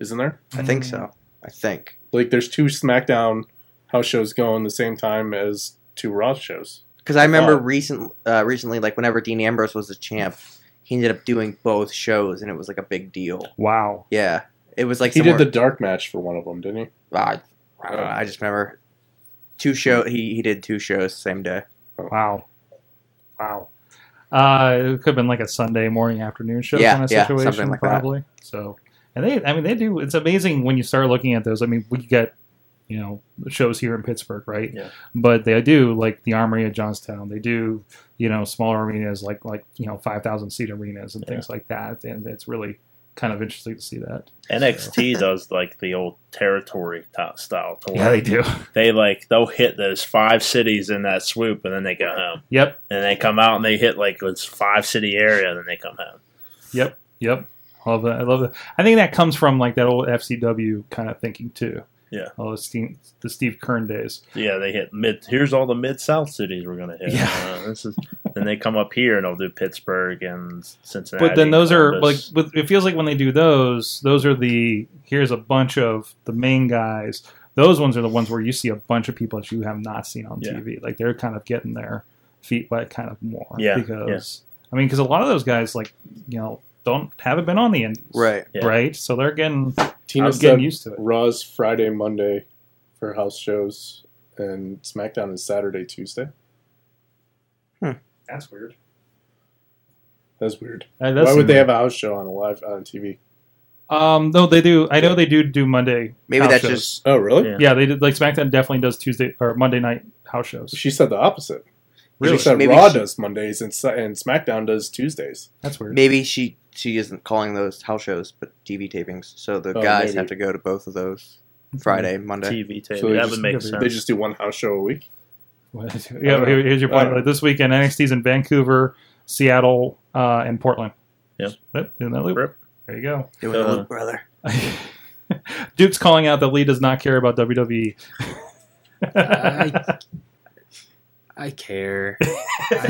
S6: isn't there?
S4: I think
S2: Mm.
S4: so. Mm. I think.
S6: Like, there's two SmackDown house shows going the same time as two Raw shows.
S4: Because I remember
S6: Oh.
S4: recent uh, recently, like whenever Dean Ambrose was the champ, he ended up doing both shows, and it was like a big deal.
S2: Wow.
S4: Yeah. It was like
S6: He
S4: somewhere-
S6: did the dark match for one of them, didn't he?
S4: I, I don't know. I just remember two show. He he did two shows the same day.
S2: Wow. Wow. Uh, it could have been like a Sunday morning afternoon show
S4: Yeah,
S2: kind of
S4: yeah,
S2: situation,
S4: something like that.
S2: probably. So, and they, I mean, they do. It's amazing when you start looking at those. I mean, we get, you know, shows here in Pittsburgh, right?
S3: Yeah.
S2: But they do like the Armory of Johnstown. They do, you know, smaller arenas like like you know five thousand seat arenas and things like that. And it's really kind of interesting to see that.
S3: NXT does like the old territory to- style tour.
S2: Yeah, they do.
S3: they like they'll hit those five cities in that swoop, and then they go home.
S2: yep.
S3: And they come out and they hit like this five city area, and then they come home.
S2: Yep. Yep. I love that. I love that. I think that comes from like that old FCW kind of thinking too.
S3: Yeah.
S2: Oh, the Steve, the Steve Kern days.
S3: Yeah, they hit mid. Here's all the mid south cities we're gonna hit.
S2: Yeah.
S3: Uh, this is. Then they come up here and they'll do Pittsburgh and Cincinnati.
S2: But then those are like
S3: Columbus.
S2: with, it feels like when they do those, those are the here's a bunch of the main guys. Those ones are the ones where you see a bunch of people that you have not seen on
S3: Yeah.
S2: TV. Like they're kind of getting their feet wet kind of more.
S3: Yeah,
S2: Because I mean, because a lot of those guys like you know don't haven't been on the indies.
S3: Yeah.
S2: Right. So they're getting
S6: Tina
S2: getting
S6: said
S2: used to it.
S6: Raw's Friday, Monday for house shows, and SmackDown is Saturday, Tuesday.
S2: Hmm. That's weird.
S6: That's weird.
S2: That does
S6: Why
S2: seem
S6: would they
S2: weird.
S6: have a house show on a live on TV?
S2: Um, no, they do. I know they do do Monday.
S4: Maybe
S2: house
S4: that's
S2: shows.
S4: just
S6: Oh, really?
S3: Yeah.
S2: yeah. They did like SmackDown definitely does Tuesday or Monday night house shows.
S6: She said the opposite.
S2: Really?
S6: She said
S4: Maybe
S6: Raw
S4: she-
S6: does Mondays and, Sa- and SmackDown does Tuesdays.
S2: That's weird.
S4: maybe she she isn't calling those house shows, but TV tapings. So the
S6: Oh,
S4: guys
S6: maybe.
S4: have to go to both of those Friday, Monday.
S3: TV tape.
S6: So they
S3: that
S6: just-
S3: would make
S2: they
S3: sense.
S6: They just do one house show a week.
S2: What?
S6: I
S2: yeah,
S6: don't
S2: here-
S6: know.
S2: here's your
S6: I
S2: point.
S6: don't
S2: Like this weekend, NXT's in Vancouver, Seattle, uh, and Portland.
S3: Yep.
S2: Yep. In that loop.
S3: Rip.
S2: There you go.
S4: Doing the
S3: Uh,
S4: Luke brother.
S2: Duke's calling out that Lee does not care about E. WWE.
S5: I, I care. I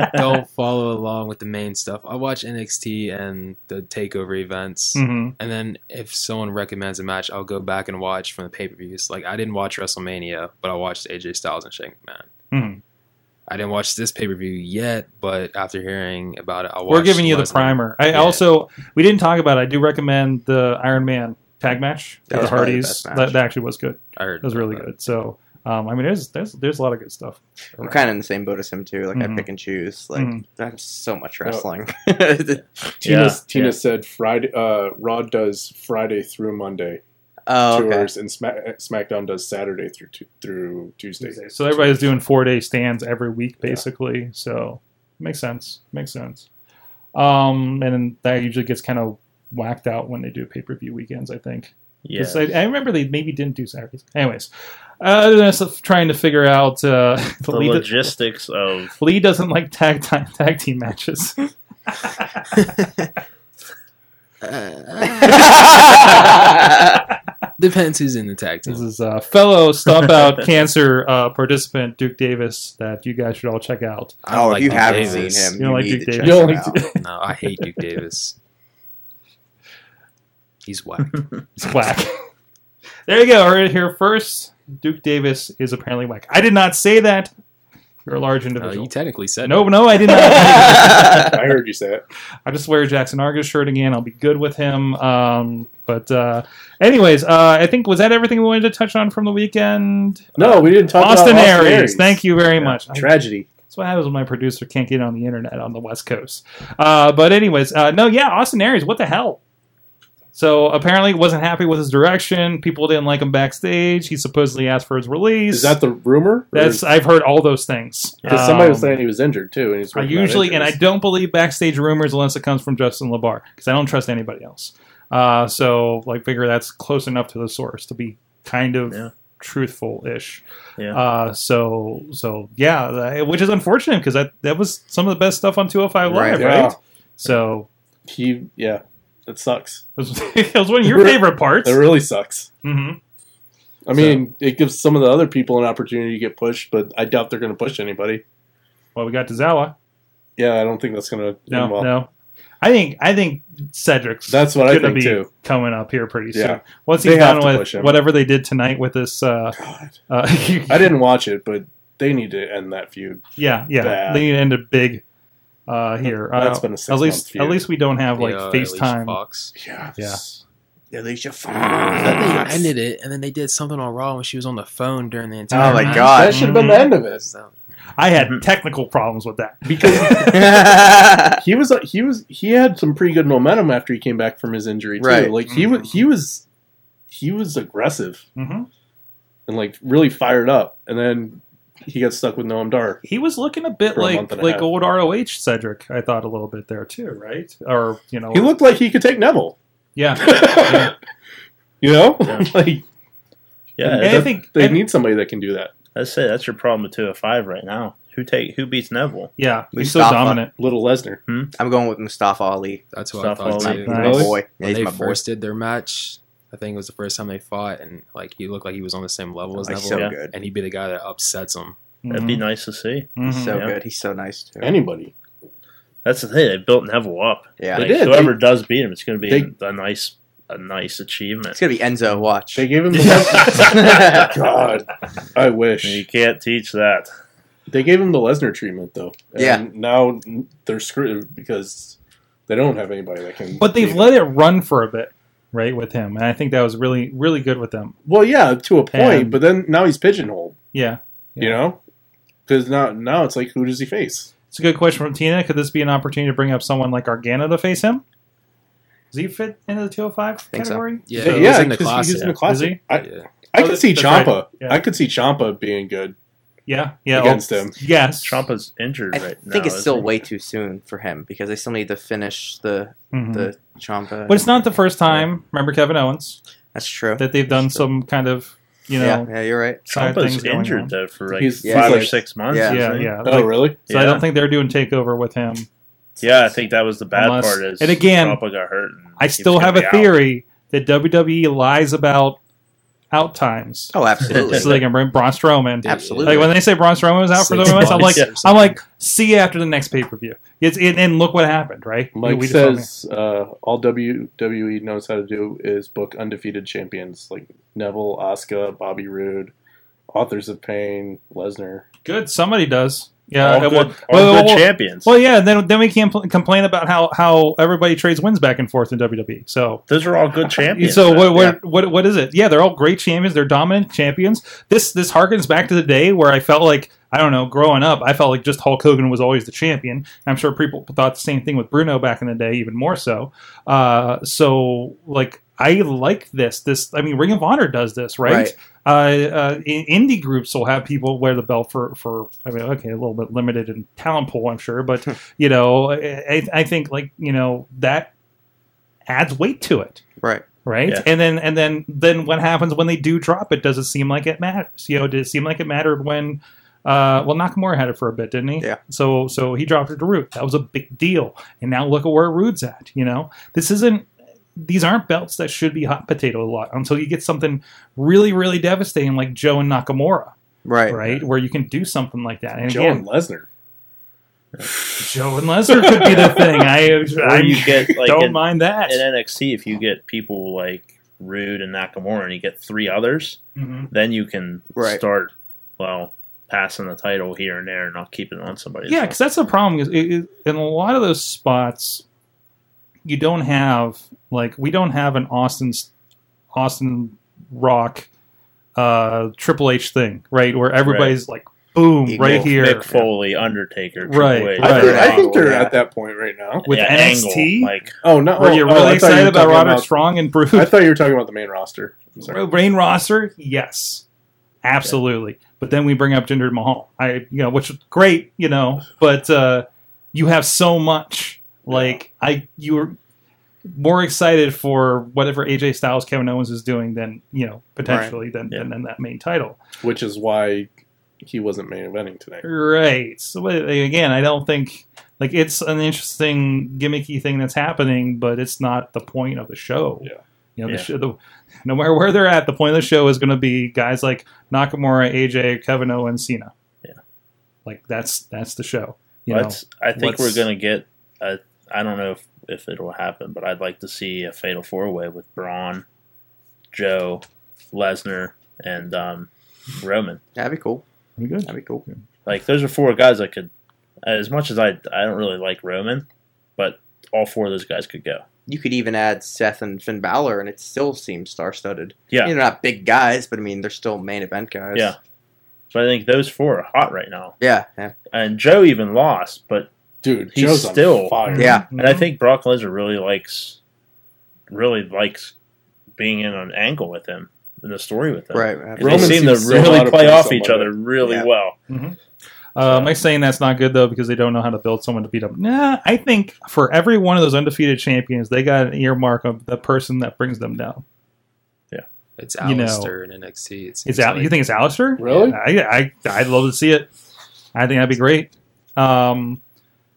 S5: just don't follow along with the main stuff. I watch NXT and the takeover events.
S2: hmm
S5: And then if someone recommends a match, I'll go back and watch from the pay per views. Like I didn't watch WrestleMania, but I watched AJ Styles and Shane McMahon.
S2: hmm
S5: I didn't watch this pay per view yet, but after hearing about it, I'll watch.
S2: We're giving you the
S5: last night.
S2: primer. I
S5: Yeah.
S2: also we didn't talk about. it. I do recommend the Iron Man tag match.
S4: That
S2: with
S4: was
S2: the
S4: probably the
S2: Hardys.
S4: best match.
S2: that, that actually was good.
S5: I heard
S2: That was really good. So um, I mean, there's there's there's a lot of good stuff.
S4: I'm kind of in the same boat as him too. Like
S2: Mhm.
S4: I pick and choose. Like
S2: Mhm.
S4: that's so much wrestling.
S6: Tina
S3: Yeah,
S6: Tina
S3: yeah.
S6: said Friday. Uh, Raw does Friday through Monday
S4: oh, okay.
S6: tours, and Smack, SmackDown does Saturday through tu- through Tuesday.
S2: So everybody's doing four day stands every week, basically. So makes sense. Makes sense. Um, and then that usually gets kind of whacked out when they do pay per view weekends. I think.
S3: Yeah.
S2: 'Cause I, I remember they maybe didn't do Saturdays. Anyways, other than us trying to figure out uh,
S3: The
S2: Lee,
S3: logistics of
S2: Lee doesn't like tag time, tag team matches.
S5: Depends who's in the tag
S2: this
S5: team.
S2: is uh, fellow stomp out cancer uh, participant Duke Davis that you guys should all check out.
S5: I don't
S4: oh, if
S5: like
S4: you
S5: Duke
S4: haven't
S5: Davis.
S4: seen him,
S2: You
S4: you,
S2: don't like
S4: need
S2: Duke
S4: to check
S2: Davis.
S4: him
S2: You
S4: out.
S2: don't like
S5: no, I hate Duke Davis. He's whack.
S2: It's whack. there you go. Right here first. Duke Davis is apparently whack. I did not say that. You're a large
S5: Uh,
S2: individual.
S5: you technically said
S2: no,
S5: it.
S2: no, I did not.
S6: I heard you say it.
S2: I just wear a Jackson Argus shirt again. I'll be good with him. Um, but uh, anyways, uh, I think was that everything we wanted to touch on from the weekend.
S6: No, we didn't talk
S2: Uh, Austin,
S6: about
S2: Aries, Thank you very much. I-
S6: Tragedy.
S2: That's what happens when my producer can't get on the internet on the West Coast. Uh, but anyways, uh, no, yeah, Austin Aries, what the hell? So apparently wasn't happy with his direction. People didn't like him backstage. He supposedly asked for his release.
S6: Is that the rumor?
S2: That's I've heard all those things.
S6: because somebody was
S2: Um,
S6: saying he was injured too, and he's
S2: I usually and I don't believe backstage rumors unless it comes from Justin LeBar because I don't trust anybody else. Uh, so like figure that's close enough to the source to be kind of
S3: Yeah.
S2: truthful ish.
S3: yeah.
S2: Uh, so so yeah, that- which is unfortunate because that that was some of the best stuff on 205 Live,
S4: Right.
S2: right?
S6: Yeah.
S2: So
S6: he yeah, that sucks.
S2: it was, it was one of your
S6: Re-
S2: favorite parts.
S6: That really sucks.
S2: hmm
S6: I mean, it gives some of the other people an opportunity to get pushed, but I doubt they're going to push anybody.
S2: Well, we got to Zawa.
S6: Yeah, I don't think that's going to
S2: No,
S6: end well.
S2: no. I think I think Cedric's
S6: That's what I
S2: gonna
S6: think
S2: be
S6: too.
S2: coming up here pretty soon.
S6: Yeah.
S2: Once
S6: They
S2: he's
S6: have
S2: done
S6: to
S2: with
S6: push him.
S2: whatever they did tonight with this, uh,
S6: God.
S2: uh,
S6: I didn't watch it, but they need to end that feud.
S2: yeah, yeah,
S6: Bad.
S2: they need to end it big uh, here. Uh,
S6: That's been a
S2: at
S6: six-month
S2: least
S6: feud.
S2: at least we don't have like
S5: Yeah, Alicia
S2: FaceTime.
S5: Fox.
S6: Yes.
S4: Alicia Fox.
S5: Then they ended it, and then they did something all wrong when she was on the phone during the entire.
S4: Oh my
S5: match.
S4: God.
S6: That should have been the end of it
S5: So-
S2: I had
S6: Mm-hmm.
S2: technical problems with that.
S6: because
S4: yeah,
S6: he was uh, he was he had some pretty good momentum after he came back from his injury too.
S4: Right.
S6: Like he was he was he was aggressive
S2: hmm
S6: and like really fired up, and then he got stuck with Noam Dar.
S2: He was looking a bit
S6: For a
S2: like
S6: month and a
S2: like
S6: half.
S2: old ROH Cedric. I thought a little bit there too, right? Or you know,
S6: He looked like he could take Neville.
S2: yeah.
S6: you know,
S3: Yeah.
S6: like
S3: yeah,
S2: And I
S6: that-
S2: think
S6: they
S2: and-
S6: need somebody that can do that.
S3: That's it. That's your problem with two of five right now. Who take who beats Neville?
S2: yeah,
S4: We
S2: he's so
S4: stop
S2: dominant.
S6: Little Lesnar.
S4: I'm going with Mustafa Ali.
S5: That's what
S3: Stuff
S5: I thought
S3: all
S5: too.
S3: over.
S4: My
S2: Nice.
S4: Oh, boy. Yeah,
S5: When
S4: he's
S5: they
S4: my boy.
S5: first did their match, I think it was the first time they fought, and like he looked like he was on the same level as
S4: Like,
S5: Neville,
S4: so
S3: yeah.
S4: good.
S5: and he'd be the guy that upsets him.
S3: That'd be nice to see.
S2: Mhm, mhm.
S4: He's so
S3: Yeah.
S4: good. He's so nice too.
S6: Anybody.
S3: That's the thing. They built Neville up.
S4: yeah.
S3: Like,
S6: did. They-
S3: Whoever does beat him, it's going to be
S6: they-
S3: a nice, a nice achievement.
S4: It's gonna be Enzo. Watch.
S6: They gave him the God. I
S3: You
S6: wish
S3: can't teach that.
S6: they gave him the Lesnar treatment though. And
S4: Yeah.
S6: Now they're screwed because they don't have anybody that can.
S2: But they've
S6: beat
S2: let it run for a bit, right, with him, and I think that was really really good with them.
S6: Well, yeah, to a point,
S2: And-
S6: but then now he's pigeonholed.
S2: Yeah,
S6: You know, because now now it's like who does he face?
S2: it's a good question from Tina. Could this be an opportunity to bring up someone like Argana to face him? Does he fit into the 205
S4: Think so.
S2: category?
S5: Yeah,
S6: Yeah,
S5: he was in the
S6: 'cause
S5: class.
S6: He's in the
S5: Yeah.
S6: classic.
S2: Is he?
S6: I,
S5: Yeah.
S6: I
S2: Oh,
S6: could
S2: that's-
S6: see
S2: that's right.
S6: Champa.
S2: Yeah.
S6: I could see Champa being good
S2: Yeah, yeah.
S6: against
S2: oh,
S6: him.
S2: Yes,
S3: Champa's injured
S4: I
S3: right now.
S4: think it's
S3: isn't
S4: still
S3: he?
S4: way too soon for him because they still need to finish the
S2: Mhm.
S4: the Champa.
S2: But it's not the first time. Remember Kevin Owens
S4: That's true.
S2: that they've done some kind of you know
S4: yeah, yeah, you're right.
S2: side
S3: Champa's
S2: things going
S3: injured
S2: on.
S3: though for like
S6: He's-
S4: yeah,
S3: five
S6: he's
S3: or
S6: like-
S3: six months.
S4: Yeah.
S2: Yeah,
S3: isn't he?
S2: yeah.
S6: Oh,
S2: Like,
S6: really?
S2: So I
S3: Yeah.
S2: don't think they're doing takeover with him.
S3: Yeah, I think that was the bad
S2: Unless-
S3: part. Is
S2: and again,
S3: Champa got hurt. and
S2: I
S3: he was
S2: still
S3: gonna
S2: have
S3: be
S2: a
S3: out.
S2: theory that WWE lies about out times
S4: Oh, absolutely.
S2: so they can bring Braun Strowman.
S5: Yeah.
S4: Absolutely.
S2: Like when they say Braun Strowman was out for
S5: Six
S2: the months, I'm like,
S5: months or
S2: I'm like, see you after the next pay per view. It's and, and look what happened, right?
S6: Mike
S2: We- we just-
S6: says uh, all WWE knows how to do is book undefeated champions like Neville, Asuka, Bobby Roode, Authors of Pain, Lesnar.
S2: good. Somebody does. Yeah,
S3: all
S2: it
S3: good,
S2: would-
S3: all
S2: uh, well,
S3: good
S2: well,
S3: champions.
S2: Well, yeah, and then then we can't pl- complain about how how everybody trades wins back and forth in WWE. So.
S3: Those are all good champions.
S2: So what,
S3: though.
S2: what what what is it? Yeah, they're all great champions. They're dominant champions. This this harkens back to the day where I felt like I don't know, growing up, I felt like just Hulk Hogan was always the champion. I'm sure people thought the same thing with Bruno back in the day, even more so. Uh, so like I like this. This I mean, Ring of Honor does this, right?
S4: Right.
S2: Uh, uh, in- indie groups will have people wear the belt for for I mean, okay, a little bit limited in talent pool, I'm sure, but you know, I, I- I think like you know that adds weight to it
S4: Right.
S2: right
S3: Yeah.
S2: and then and then then what happens when they do drop it does it seem like it matters you know did it seem like it mattered when uh well nakamura had it for a bit didn't he
S4: Yeah.
S2: so so he dropped it to root that was a big deal and now look at where root's at you know this isn't these aren't belts that should be hot potato a lot until you get something really really devastating like joe and nakamura
S4: Right.
S2: right, where you can do something like that and
S6: Joe
S2: again
S6: and Lesnar.
S2: joe and lesnar could be the thing
S3: Or
S2: i, I
S3: you get like
S2: don't
S3: in,
S2: mind that
S3: in NXT if you get people like Rude and Nakamura, and you get three others,
S2: Mhm.
S3: then you can
S4: Right.
S3: start well passing the title here and there, and not keep it on somebody.
S2: Yeah, because that's the problem. Is it, it, in a lot of those spots, you don't have like we don't have an Austin's Austin Rock uh, Triple H thing, right? Where everybody's like, boom,
S4: Equal.
S2: right here
S3: Mick Foley, Undertaker, Triple
S2: Right,
S3: H.
S2: right.
S6: I, think, I think they're
S4: Yeah.
S6: at that point right now.
S2: with
S3: Yeah,
S2: NXT.
S3: Angle, like
S6: Oh no!
S2: where
S6: oh,
S2: you're
S6: oh,
S2: really
S6: I thought you
S2: excited
S6: were
S2: about
S6: talking
S2: Roderick Strong and Brood.
S6: I thought you were talking about the main roster. I'm sorry.
S2: Rain roster, yes, absolutely. But then we bring up Jinder Mahal. I, you know, which is great, you know, but uh, you have so much. Like I, you were more excited for whatever AJ Styles, Kevin Owens is doing than you know potentially than,
S3: Yeah.
S2: than than that main title.
S6: which is why he wasn't main eventing today.
S2: Right. So but again, I don't think like it's an interesting gimmicky thing that's happening, but it's not the point of the show.
S6: Yeah.
S2: You know,
S3: Yeah.
S2: the, show, the no matter where they're at, the point of the show is going to be guys like Nakamura, AJ, Kevin Owens, Cena.
S3: Yeah.
S2: Like that's that's the show. You know,
S3: let's, I think we're
S2: let's-
S3: gonna get. A, I don't know if, if it'll happen, but I'd like to see a fatal four way with Braun, Joe, Lesnar, and um, Roman.
S4: That'd be cool.
S2: we good.
S4: That'd be cool.
S3: Like those are four guys I could. As much as I, I don't really like Roman, but all four of those guys could go.
S4: You could even add Seth and Finn Balor, and it still seems star-studded.
S3: Yeah,
S4: They're not big guys, but I mean, they're still main event guys.
S3: Yeah. but I think those four are hot right now.
S4: Yeah. Yeah.
S3: And Joe even lost, but
S6: Dude,
S3: He's
S6: Joe's on
S3: still-
S6: fire.
S4: Yeah.
S2: Mm-hmm.
S3: and I
S2: Mhm.
S3: think Brock Lesnar really likes, really likes being in an angle with him in the story with him.
S4: Right.
S3: And
S6: Roman
S3: they seem to
S6: seems so out
S3: really
S6: of
S3: play
S6: place
S3: off
S6: on
S3: each
S6: Monday.
S3: other really
S4: Yeah.
S3: well.
S2: Uh, am I saying that's not good though because they don't know how to build someone to beat them? Nah, I think for every one of those undefeated champions, they got an earmark of the person that brings them down.
S5: It's
S2: You know,
S5: Alistair in NXT. It
S2: It's
S5: seems
S2: out.
S5: like.
S2: You think it's Alistair?
S6: Really?
S2: I, I I'd love to see it. I think that'd be great. Um,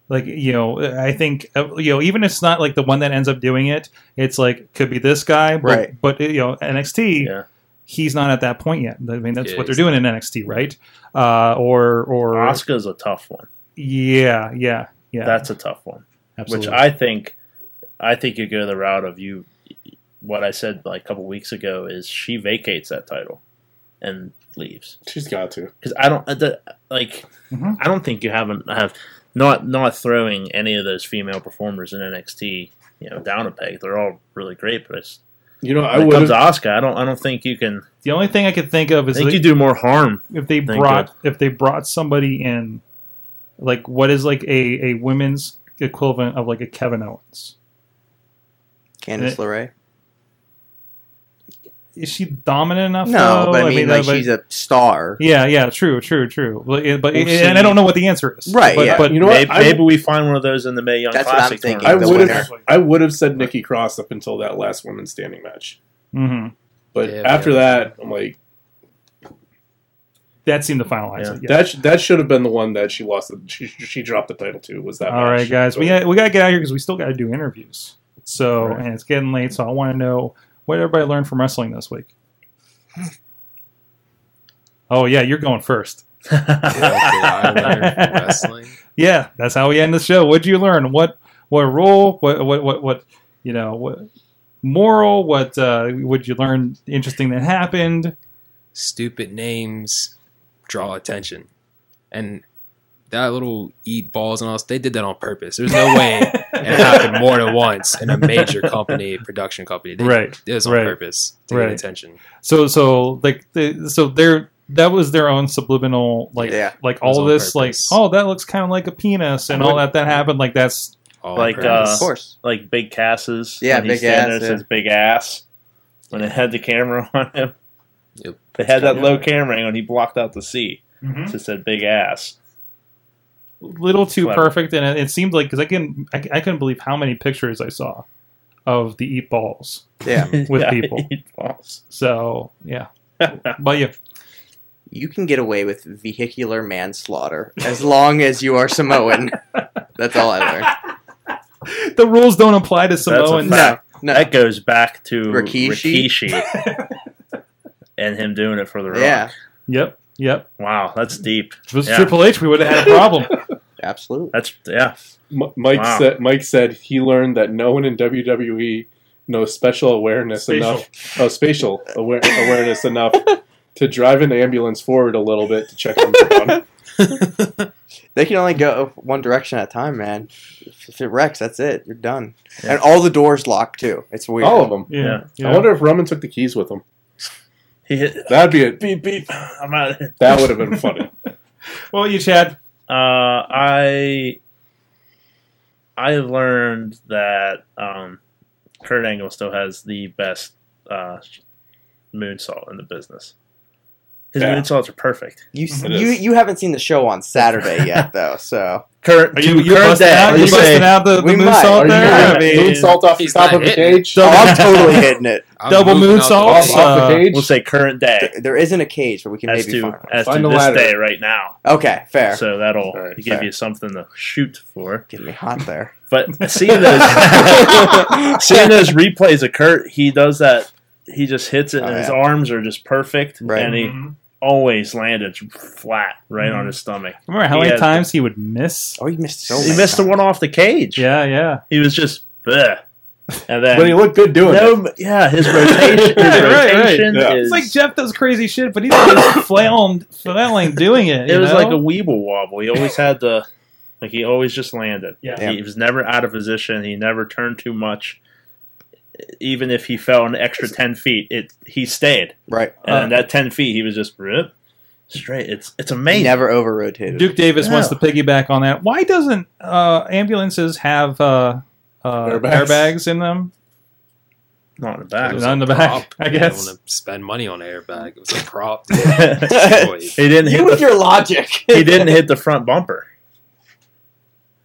S2: like you know, I think uh, you know, even if it's not like the one that ends up doing it, it's like could be this guy, but,
S4: Right.
S2: But you know, NXT,
S3: Yeah.
S2: he's not at that point yet. I mean, that's
S5: Yeah,
S2: what they're
S5: he's
S2: doing in NXT, right? Uh, or or
S3: Oscar's a tough one.
S2: yeah, yeah, yeah.
S3: That's a tough one.
S2: absolutely.
S3: Which I think, I think you go the route of you. What I said like a couple weeks ago is she vacates that title, and leaves
S6: She's got to.
S3: because I don't uh, the- like.
S2: Mhm.
S3: I don't think you haven't have not not throwing any of those female performers in NXT you know down a peg. They're all really great, but it's,
S6: You know, I
S3: when it
S6: would
S3: comes to
S6: have.
S3: Oscar, I don't I don't think you can.
S2: the only thing I could think of
S3: I
S2: is
S3: think
S2: that-
S3: you do more harm.
S2: if they
S3: Thank
S2: brought if they brought somebody in like what is like a a women's equivalent of like a Kevin Owens
S4: Candice
S2: Eh.
S4: LeRae.
S2: is she dominant enough
S4: No,
S2: though?
S4: but I mean, like,
S2: but-
S4: she's a star.
S2: yeah yeah true true true but, it- but
S6: We'll
S2: and I don't know what the answer is
S4: Right,
S2: but,
S4: yeah.
S2: but
S6: You know
S3: maybe,
S6: what? I-
S3: maybe we find one of those in the May Young
S4: That's what I'm
S3: Classic.
S4: thinking.
S6: I
S4: the
S2: the
S6: would
S4: winner.
S6: have. I would have said Nikki Cross up until that last women's standing match,
S2: mhm.
S6: but
S5: Yeah,
S6: after
S5: yeah.
S6: that, I'm like
S2: that seemed to finalize
S3: Yeah.
S2: it yeah.
S6: that. Sh- that should have been the one that she lost. The, she she dropped the title to. Was that
S2: all
S6: match.
S2: right guys we
S6: But-
S2: got, we got to get out of here because we still got to do interviews so
S3: Right.
S2: and it's getting late so I want to know what did everybody learned from wrestling this week
S4: Hmm.
S2: oh yeah you're going first
S5: Yeah, okay, I learned from wrestling.
S2: yeah, that's how we end the show. What'd you learn? What what rule? What what what, what you know? What moral? What uh, would you learn? Interesting that happened.
S5: Stupid names draw attention, and that little eat balls and all. They did that on purpose. There's no way it happened more than once in a major company, production company. They,
S2: Right,
S5: It was on
S2: right,
S5: purpose to
S2: right.
S5: get attention.
S2: So so like the, so their that was their own subliminal like
S4: Yeah.
S2: like
S5: was
S2: all
S5: on
S2: this
S5: purpose.
S2: like oh that looks kind of like a penis and
S3: I
S2: all that
S3: wouldn't-
S2: that happened like that's
S5: All on
S3: Like,
S5: purpose.
S3: uh,
S4: of course.
S3: like big casses.
S4: Yeah,
S3: when he
S4: big
S3: stand there,
S4: ass,
S3: it
S4: yeah.
S3: says big ass. When they had the camera on him,
S5: Yep.
S3: they had that low camera angle, and he blocked out the sea.
S2: Mhm.
S3: So it said big ass.
S2: little too
S3: Clever.
S2: perfect and it, it seemed like because I can I, I couldn't believe how many pictures I saw of the eat balls
S4: Yeah.
S2: with people.
S3: he falls.
S2: So yeah, but yeah,
S4: You can get away with vehicular manslaughter as long as you are Samoan. That's all I learned.
S2: the rules don't apply to Samoans.
S3: fact.
S4: No, no.
S3: That goes back to
S4: Rikishi?
S3: Rikishi, and him doing it for the Rock.
S4: Yeah,
S2: Yep, yep.
S3: Wow, that's deep.
S2: If it was
S3: Yeah.
S2: Triple H, we would have had a problem.
S4: absolutely.
S3: That's yeah.
S6: M- Mike
S3: Wow.
S6: said Mike said he learned that no one in WWE knows special awareness
S2: Spatial.
S6: enough, oh, spatial aware, awareness enough to drive an ambulance forward a little bit to check them down.
S4: They can only go one direction at a time, man. If it wrecks, that's it. You're done. And all the doors locked too. It's weird.
S6: All of them.
S2: yeah, yeah.
S6: I wonder if Roman took the keys with him.
S3: He hit
S6: That'd be a,
S3: beep beep. I'm out. of here.
S6: that would have been funny.
S2: Well, you Chad.
S3: Uh, I I have learned that um, Kurt Angle still has the best uh, moonsault in the business. His
S6: Yeah.
S3: moonsaults are perfect.
S4: You
S6: It
S4: you
S6: is.
S4: you haven't seen the show on Saturday yet though, so
S3: Current
S2: Are you,
S3: to
S2: you
S3: current
S2: busting
S3: day,
S2: out?
S4: Are
S2: You
S4: you
S2: busting
S4: saying-
S2: out the, the
S4: We might. Are
S2: moonsault
S4: you
S2: there? I
S3: not?
S2: mean,
S6: Moonsault off the
S5: He's
S6: top
S5: not
S6: of the
S5: hitting.
S6: cage.
S4: oh, I'm totally hitting it.
S5: I'm
S2: double
S5: moving out the
S2: moonsaults,
S5: way.
S6: Off, off the
S2: Uh,
S6: cage.
S3: We'll say current day
S4: There isn't a cage where we can
S3: as
S4: maybe
S3: to
S4: find one.
S3: as to
S6: Find the
S3: this
S6: ladder.
S3: day right now.
S4: Okay, fair.
S3: So that'll
S6: All right,
S3: give
S4: fair.
S3: you something to shoot for.
S4: Get me hot there.
S3: But seeing those seeing those replays of Kurt, he does that. He just hits it,
S4: Oh,
S3: and his
S4: yeah.
S3: arms are just perfect,
S4: Right.
S3: and he
S2: Mhm.
S3: always landed flat right on
S2: Mhm.
S3: his stomach.
S2: Remember how
S3: He
S2: many
S3: has-
S2: times he would miss?
S4: Oh, you missed so
S3: he
S4: many
S3: missed the
S4: times.
S3: one off the cage.
S2: Yeah, yeah.
S3: he was just bleh. and then
S6: But he looked good doing it.
S3: no, yeah, his rotation, his
S2: Right, right, right.
S3: rotation
S6: Yeah.
S3: is
S2: It's like Jeff does crazy shit, but he's like flailing, flailing doing it.
S3: it
S2: you
S3: was
S2: know?
S3: like a weeble wobble. He always had the like he always just landed.
S2: Yeah.
S3: He was never out of position. He never turned too much. Even if he fell an extra ten feet, it he stayed.
S4: Right.
S3: And that ten feet he was just rip, straight. It's it's
S4: He
S3: amazing.
S4: never over rotated.
S2: Duke Davis
S3: Yeah.
S2: wants to piggyback on that. Why doesn't uh, ambulances have uh, uh, airbags.
S6: Airbags.
S2: in them?
S3: Not in the
S5: It
S3: back.
S5: was
S2: Not
S5: a
S2: in the back,
S5: prop.
S2: I
S5: They didn't
S2: guess.
S5: wanna spend money on airbag. It was a prop.
S3: he didn't hit
S4: you with
S3: the,
S4: your logic.
S3: he didn't hit the front bumper.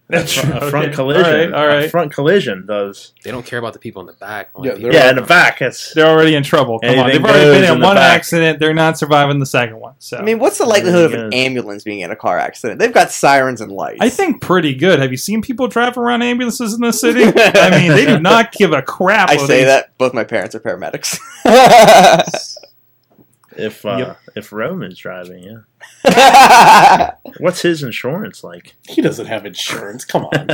S2: That's
S3: A front
S2: Okay.
S3: collision.
S2: All right, all
S3: A
S2: right.
S3: front collision does.
S5: They don't care about the people in the back. only
S6: Yeah,
S5: people-
S6: they're-
S3: Yeah, in the back. It's
S2: They're already in trouble. Come on,
S3: Anything
S2: they've already
S3: goes
S2: been in,
S3: in the
S2: one
S3: back.
S2: accident. They're not surviving the second one. So
S4: I
S2: I,
S4: mean, what's the likelihood of
S3: Yeah.
S4: an ambulance being in a car accident? They've got sirens and lights.
S2: think pretty good. Have you seen people drive around ambulances in the city? I mean, they do not give a crap.
S4: I
S2: whether
S4: say
S2: they-
S4: that both my parents are paramedics.
S3: if uh,
S2: Yep.
S3: if Roman's driving, yeah. What's his insurance like?
S6: He doesn't have insurance. Come on.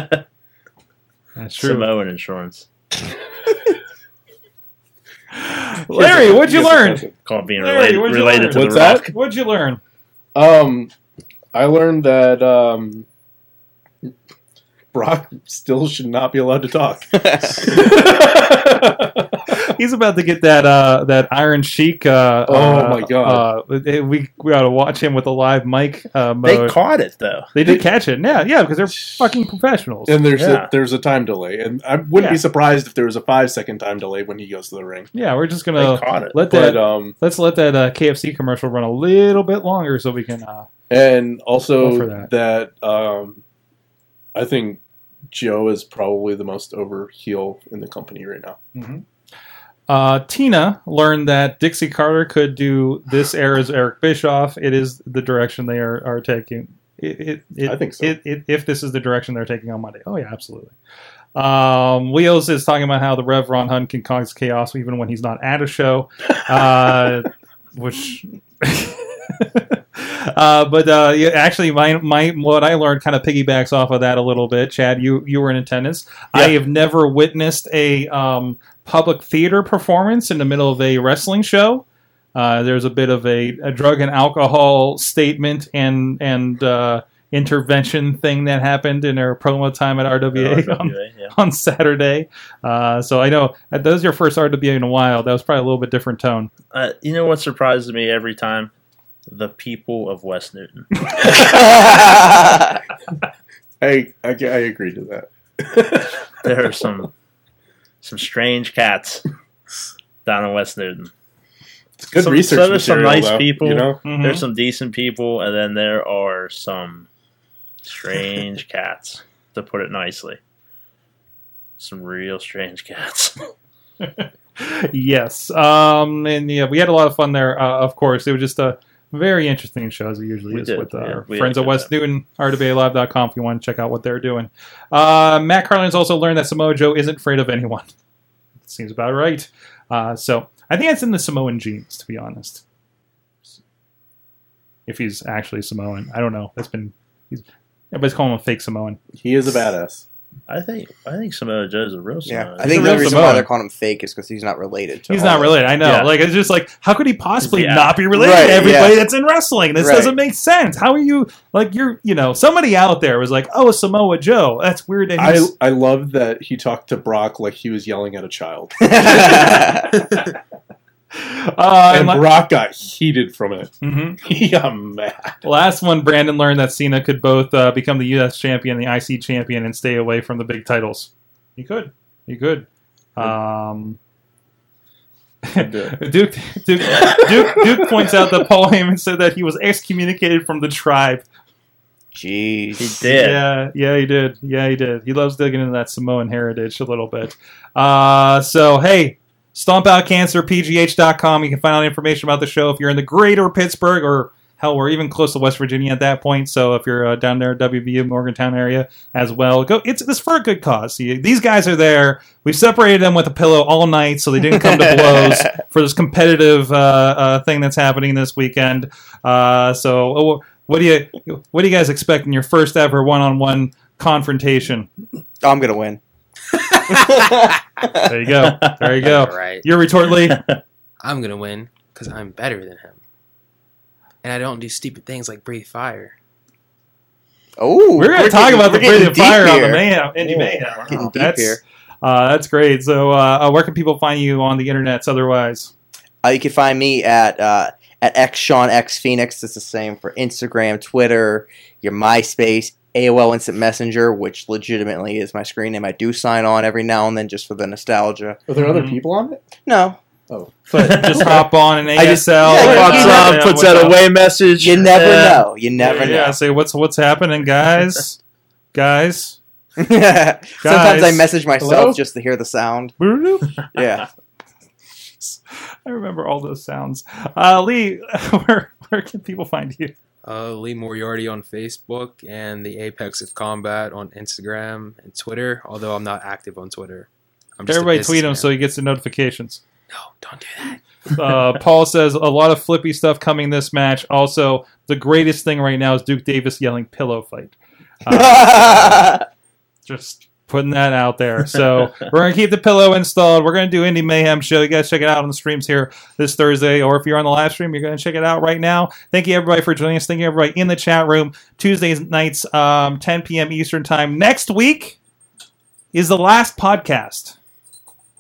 S2: That's true.
S3: Samoan insurance.
S2: Larry, what'd you
S6: Yes, it
S2: learn?
S6: doesn't.
S3: Called being
S2: Larry,
S3: related,
S2: what'd you learn?
S3: related to
S6: What's
S3: the
S6: that?
S3: rock.
S2: What'd you learn?
S6: Um, I learned that um, Brock still should not be allowed to talk.
S2: He's about to get that uh, that Iron Sheik. Uh,
S6: Oh
S2: uh,
S6: my God.
S2: Uh, we we ought to watch him with a live mic uh, mode.
S3: They caught it though.
S2: They did catch it. Yeah, yeah, because they're fucking professionals.
S6: and there's
S3: Yeah.
S6: a, there's a time delay, and I wouldn't
S2: Yeah.
S6: be surprised if there was a five second time delay when he goes to the ring.
S2: yeah, we're just
S3: They
S2: gonna
S3: caught it.
S2: let that.
S6: But um,
S2: let's let that uh, KFC commercial run a little bit longer so we can. Uh,
S6: and
S2: Go
S6: also
S2: for that.
S6: that. um, I think Joe is probably the most over heel in the company right now.
S2: uh, Tina learned that Dixie Carter could do this era's Eric Bischoff. It is the direction they are, are taking. It, it, it,
S6: I think so.
S2: It, it, if this is the direction they're taking on Monday, oh yeah, absolutely. Um, Wheels is talking about how the Rev Ron Hunt can cause chaos even when he's not at a show, uh, which. uh, but uh, yeah, actually, my my what I learned kind of piggybacks off of that a little bit. Chad, you you were in attendance. I have never witnessed a um, public theater performance in the middle of a wrestling show. Uh, there's a bit of a, a drug and alcohol statement and and uh, intervention thing that happened in their promo time at RWA, on,
S3: RWA, Oh, yeah.
S2: on Saturday. Uh, so I know that was your first RWA in a while. That was probably a little bit different tone.
S3: Uh, you know what surprises me every time? The people of West Newton.
S6: I, I, I agree to that.
S3: There are some some strange cats down in West Newton.
S6: It's good
S3: Some-
S6: research
S3: so
S6: material.
S3: there's some nice
S6: though,
S3: people.
S6: you know.
S2: Mhm.
S3: There's some decent people, and then there are some strange cats, to put it nicely. Some real strange cats.
S2: yes. Um, and yeah, we had a lot of fun there. Uh, of course, it was just a very interesting show as it usually
S3: We
S2: is
S3: did,
S2: with
S3: yeah.
S2: our
S3: We had
S2: friends
S3: a
S2: at
S3: good
S2: West Newton, rwalive.com if you want to check out what they're doing. Uh, Matt Carlin's also learned that Samoa Joe isn't afraid of anyone. Seems about right. Uh, so I think that's in the Samoan genes, to be honest. If he's actually Samoan, I don't know. That's been he's, everybody's calling him a fake Samoan.
S6: He is a badass.
S3: I think I think Samoa Joe's a real Samoa.
S4: yeah, I
S3: Joe.
S4: think
S2: a
S4: the
S2: real
S4: only reason why
S2: Samoan.
S4: they're calling him fake is because he's not related. To
S2: He's
S4: all
S2: not
S4: of
S2: related. I know.
S3: Yeah.
S2: Like it's just like how could he possibly
S3: Yeah.
S2: not be related
S4: Right,
S2: to everybody
S4: yeah.
S2: that's in wrestling? This
S4: Right.
S2: doesn't make sense. How are you like you're you know somebody out there was like oh Samoa Joe that's weird. And
S6: I
S2: he's-
S6: I love that he talked to Brock like he was yelling at a child,
S4: them.
S2: uh,
S6: and
S2: and la-
S6: Brock got heated from it.
S2: Mhm.
S6: He got mad.
S2: Last one, Brandon learned that Cena could both uh, become the U.S. champion, the IC champion, and stay away from the big titles. He could. He could. Um, Duke, Duke, Duke, Duke points out that Paul Heyman said that he was excommunicated from the tribe
S4: Jeez.
S3: he did.
S2: Yeah, yeah, he did. Yeah, he did. He loves digging into that Samoan heritage a little bit. Uh, so, hey, stomp out cancer, pgh.com. You can find out information about the show if you're in the greater Pittsburgh or hell, we're even close to West Virginia at that point. So, if you're uh, down there, WVU, Morgantown area as well, go. It's, it's for a good cause. You- These guys are there. We've separated them with a pillow all night so they didn't come to blows for this competitive uh, uh, thing that's happening this weekend. Uh, so, oh, what do you what do you guys expect in your first ever one on one confrontation?
S4: I'm gonna win.
S2: There you go. There you go.
S5: All right.
S2: Your retort, Lee.
S5: I'm gonna win because I'm better than him, and I don't do stupid things like breathe fire.
S4: Oh,
S2: We're going to talk about the breathing fire on the
S4: man.
S2: Mayhem, Indie
S4: Yeah,
S2: Mayhem.
S4: getting deep
S2: Oh, that's,
S4: here.
S2: Uh, that's great. So, uh, uh, where can people find you on the internets otherwise?
S4: Uh, you can find me at uh, at x Sean x Phoenix. It's the same for Instagram, Twitter, your MySpace, AOL Instant Messenger, which legitimately is my screen name. I do sign on every now and then just for the nostalgia.
S6: Are there other
S2: Mhm.
S6: people on it?
S4: No,
S6: Oh,
S2: But just hop on an ASL.
S4: I just-
S3: He
S4: yeah,
S2: and-
S3: walks
S4: yeah,
S3: up,
S2: and
S3: puts
S2: what's
S3: out a
S2: up.
S3: way message.
S4: you never
S3: uh,
S4: know. You never
S2: Yeah, say what's what's happening, guys. guys.
S4: know. Sometimes I
S2: Guys.
S4: message myself
S6: Hello?
S4: just to hear the sound.
S2: I
S4: Yeah.
S2: remember all those sounds. Uh, Lee, where where can people find you?
S5: Uh, Lee Moriarty on Facebook and the Apex of Combat on Instagram and Twitter. Although I'm not active on Twitter. I'm just a
S2: Everybody tweet him
S5: businessman.
S2: so he gets the notifications.
S5: no, don't do that.
S2: uh, Paul says a lot of flippy stuff coming this match. Also, the greatest thing right now is Duke Davis yelling "pillow fight." Uh, just putting that out there. So we're gonna keep the pillow installed. We're gonna do Indie Mayhem show. You guys check it out on the streams here this Thursday, or if you're on the live stream, you're gonna check it out right now. Thank you everybody for joining us. Thank you everybody in the chat room. Tuesday nights, um, 10 p.m. Eastern time. Next week is the last podcast.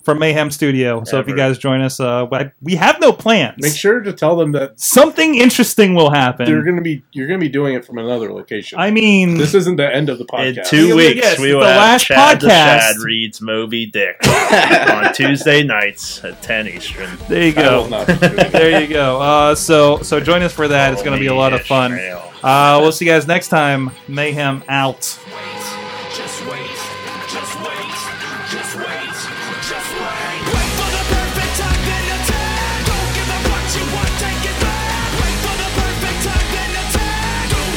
S2: From Mayhem Studio. So if you
S3: Ever.
S2: guys join us, uh, I- we have no plans
S6: make sure to tell them that
S2: something interesting will
S6: they're
S2: happen.
S6: going to be you're going to be doing it from another location.
S2: I mean,
S6: this isn't the end of the podcast.
S3: In
S2: You'll
S3: two
S2: be
S3: weeks,
S2: guessed,
S3: we
S2: it's
S3: will
S2: the
S3: have
S2: last
S3: Chad the Shad
S2: podcast.
S3: reads Moby Dick on Tuesday nights at 10 Eastern.
S2: there you
S6: I will
S2: go.
S6: not be doing it.
S2: There you go. Uh, so, so join us for that. It's going to be a lot of fun. Uh, we'll see you guys next time. Mayhem out.
S1: wait, just wait, just wait, just wait, just wait. Wait for the perfect time, then attack. Don't give up what you want, take it back. Wait for the perfect time, then attack. Don't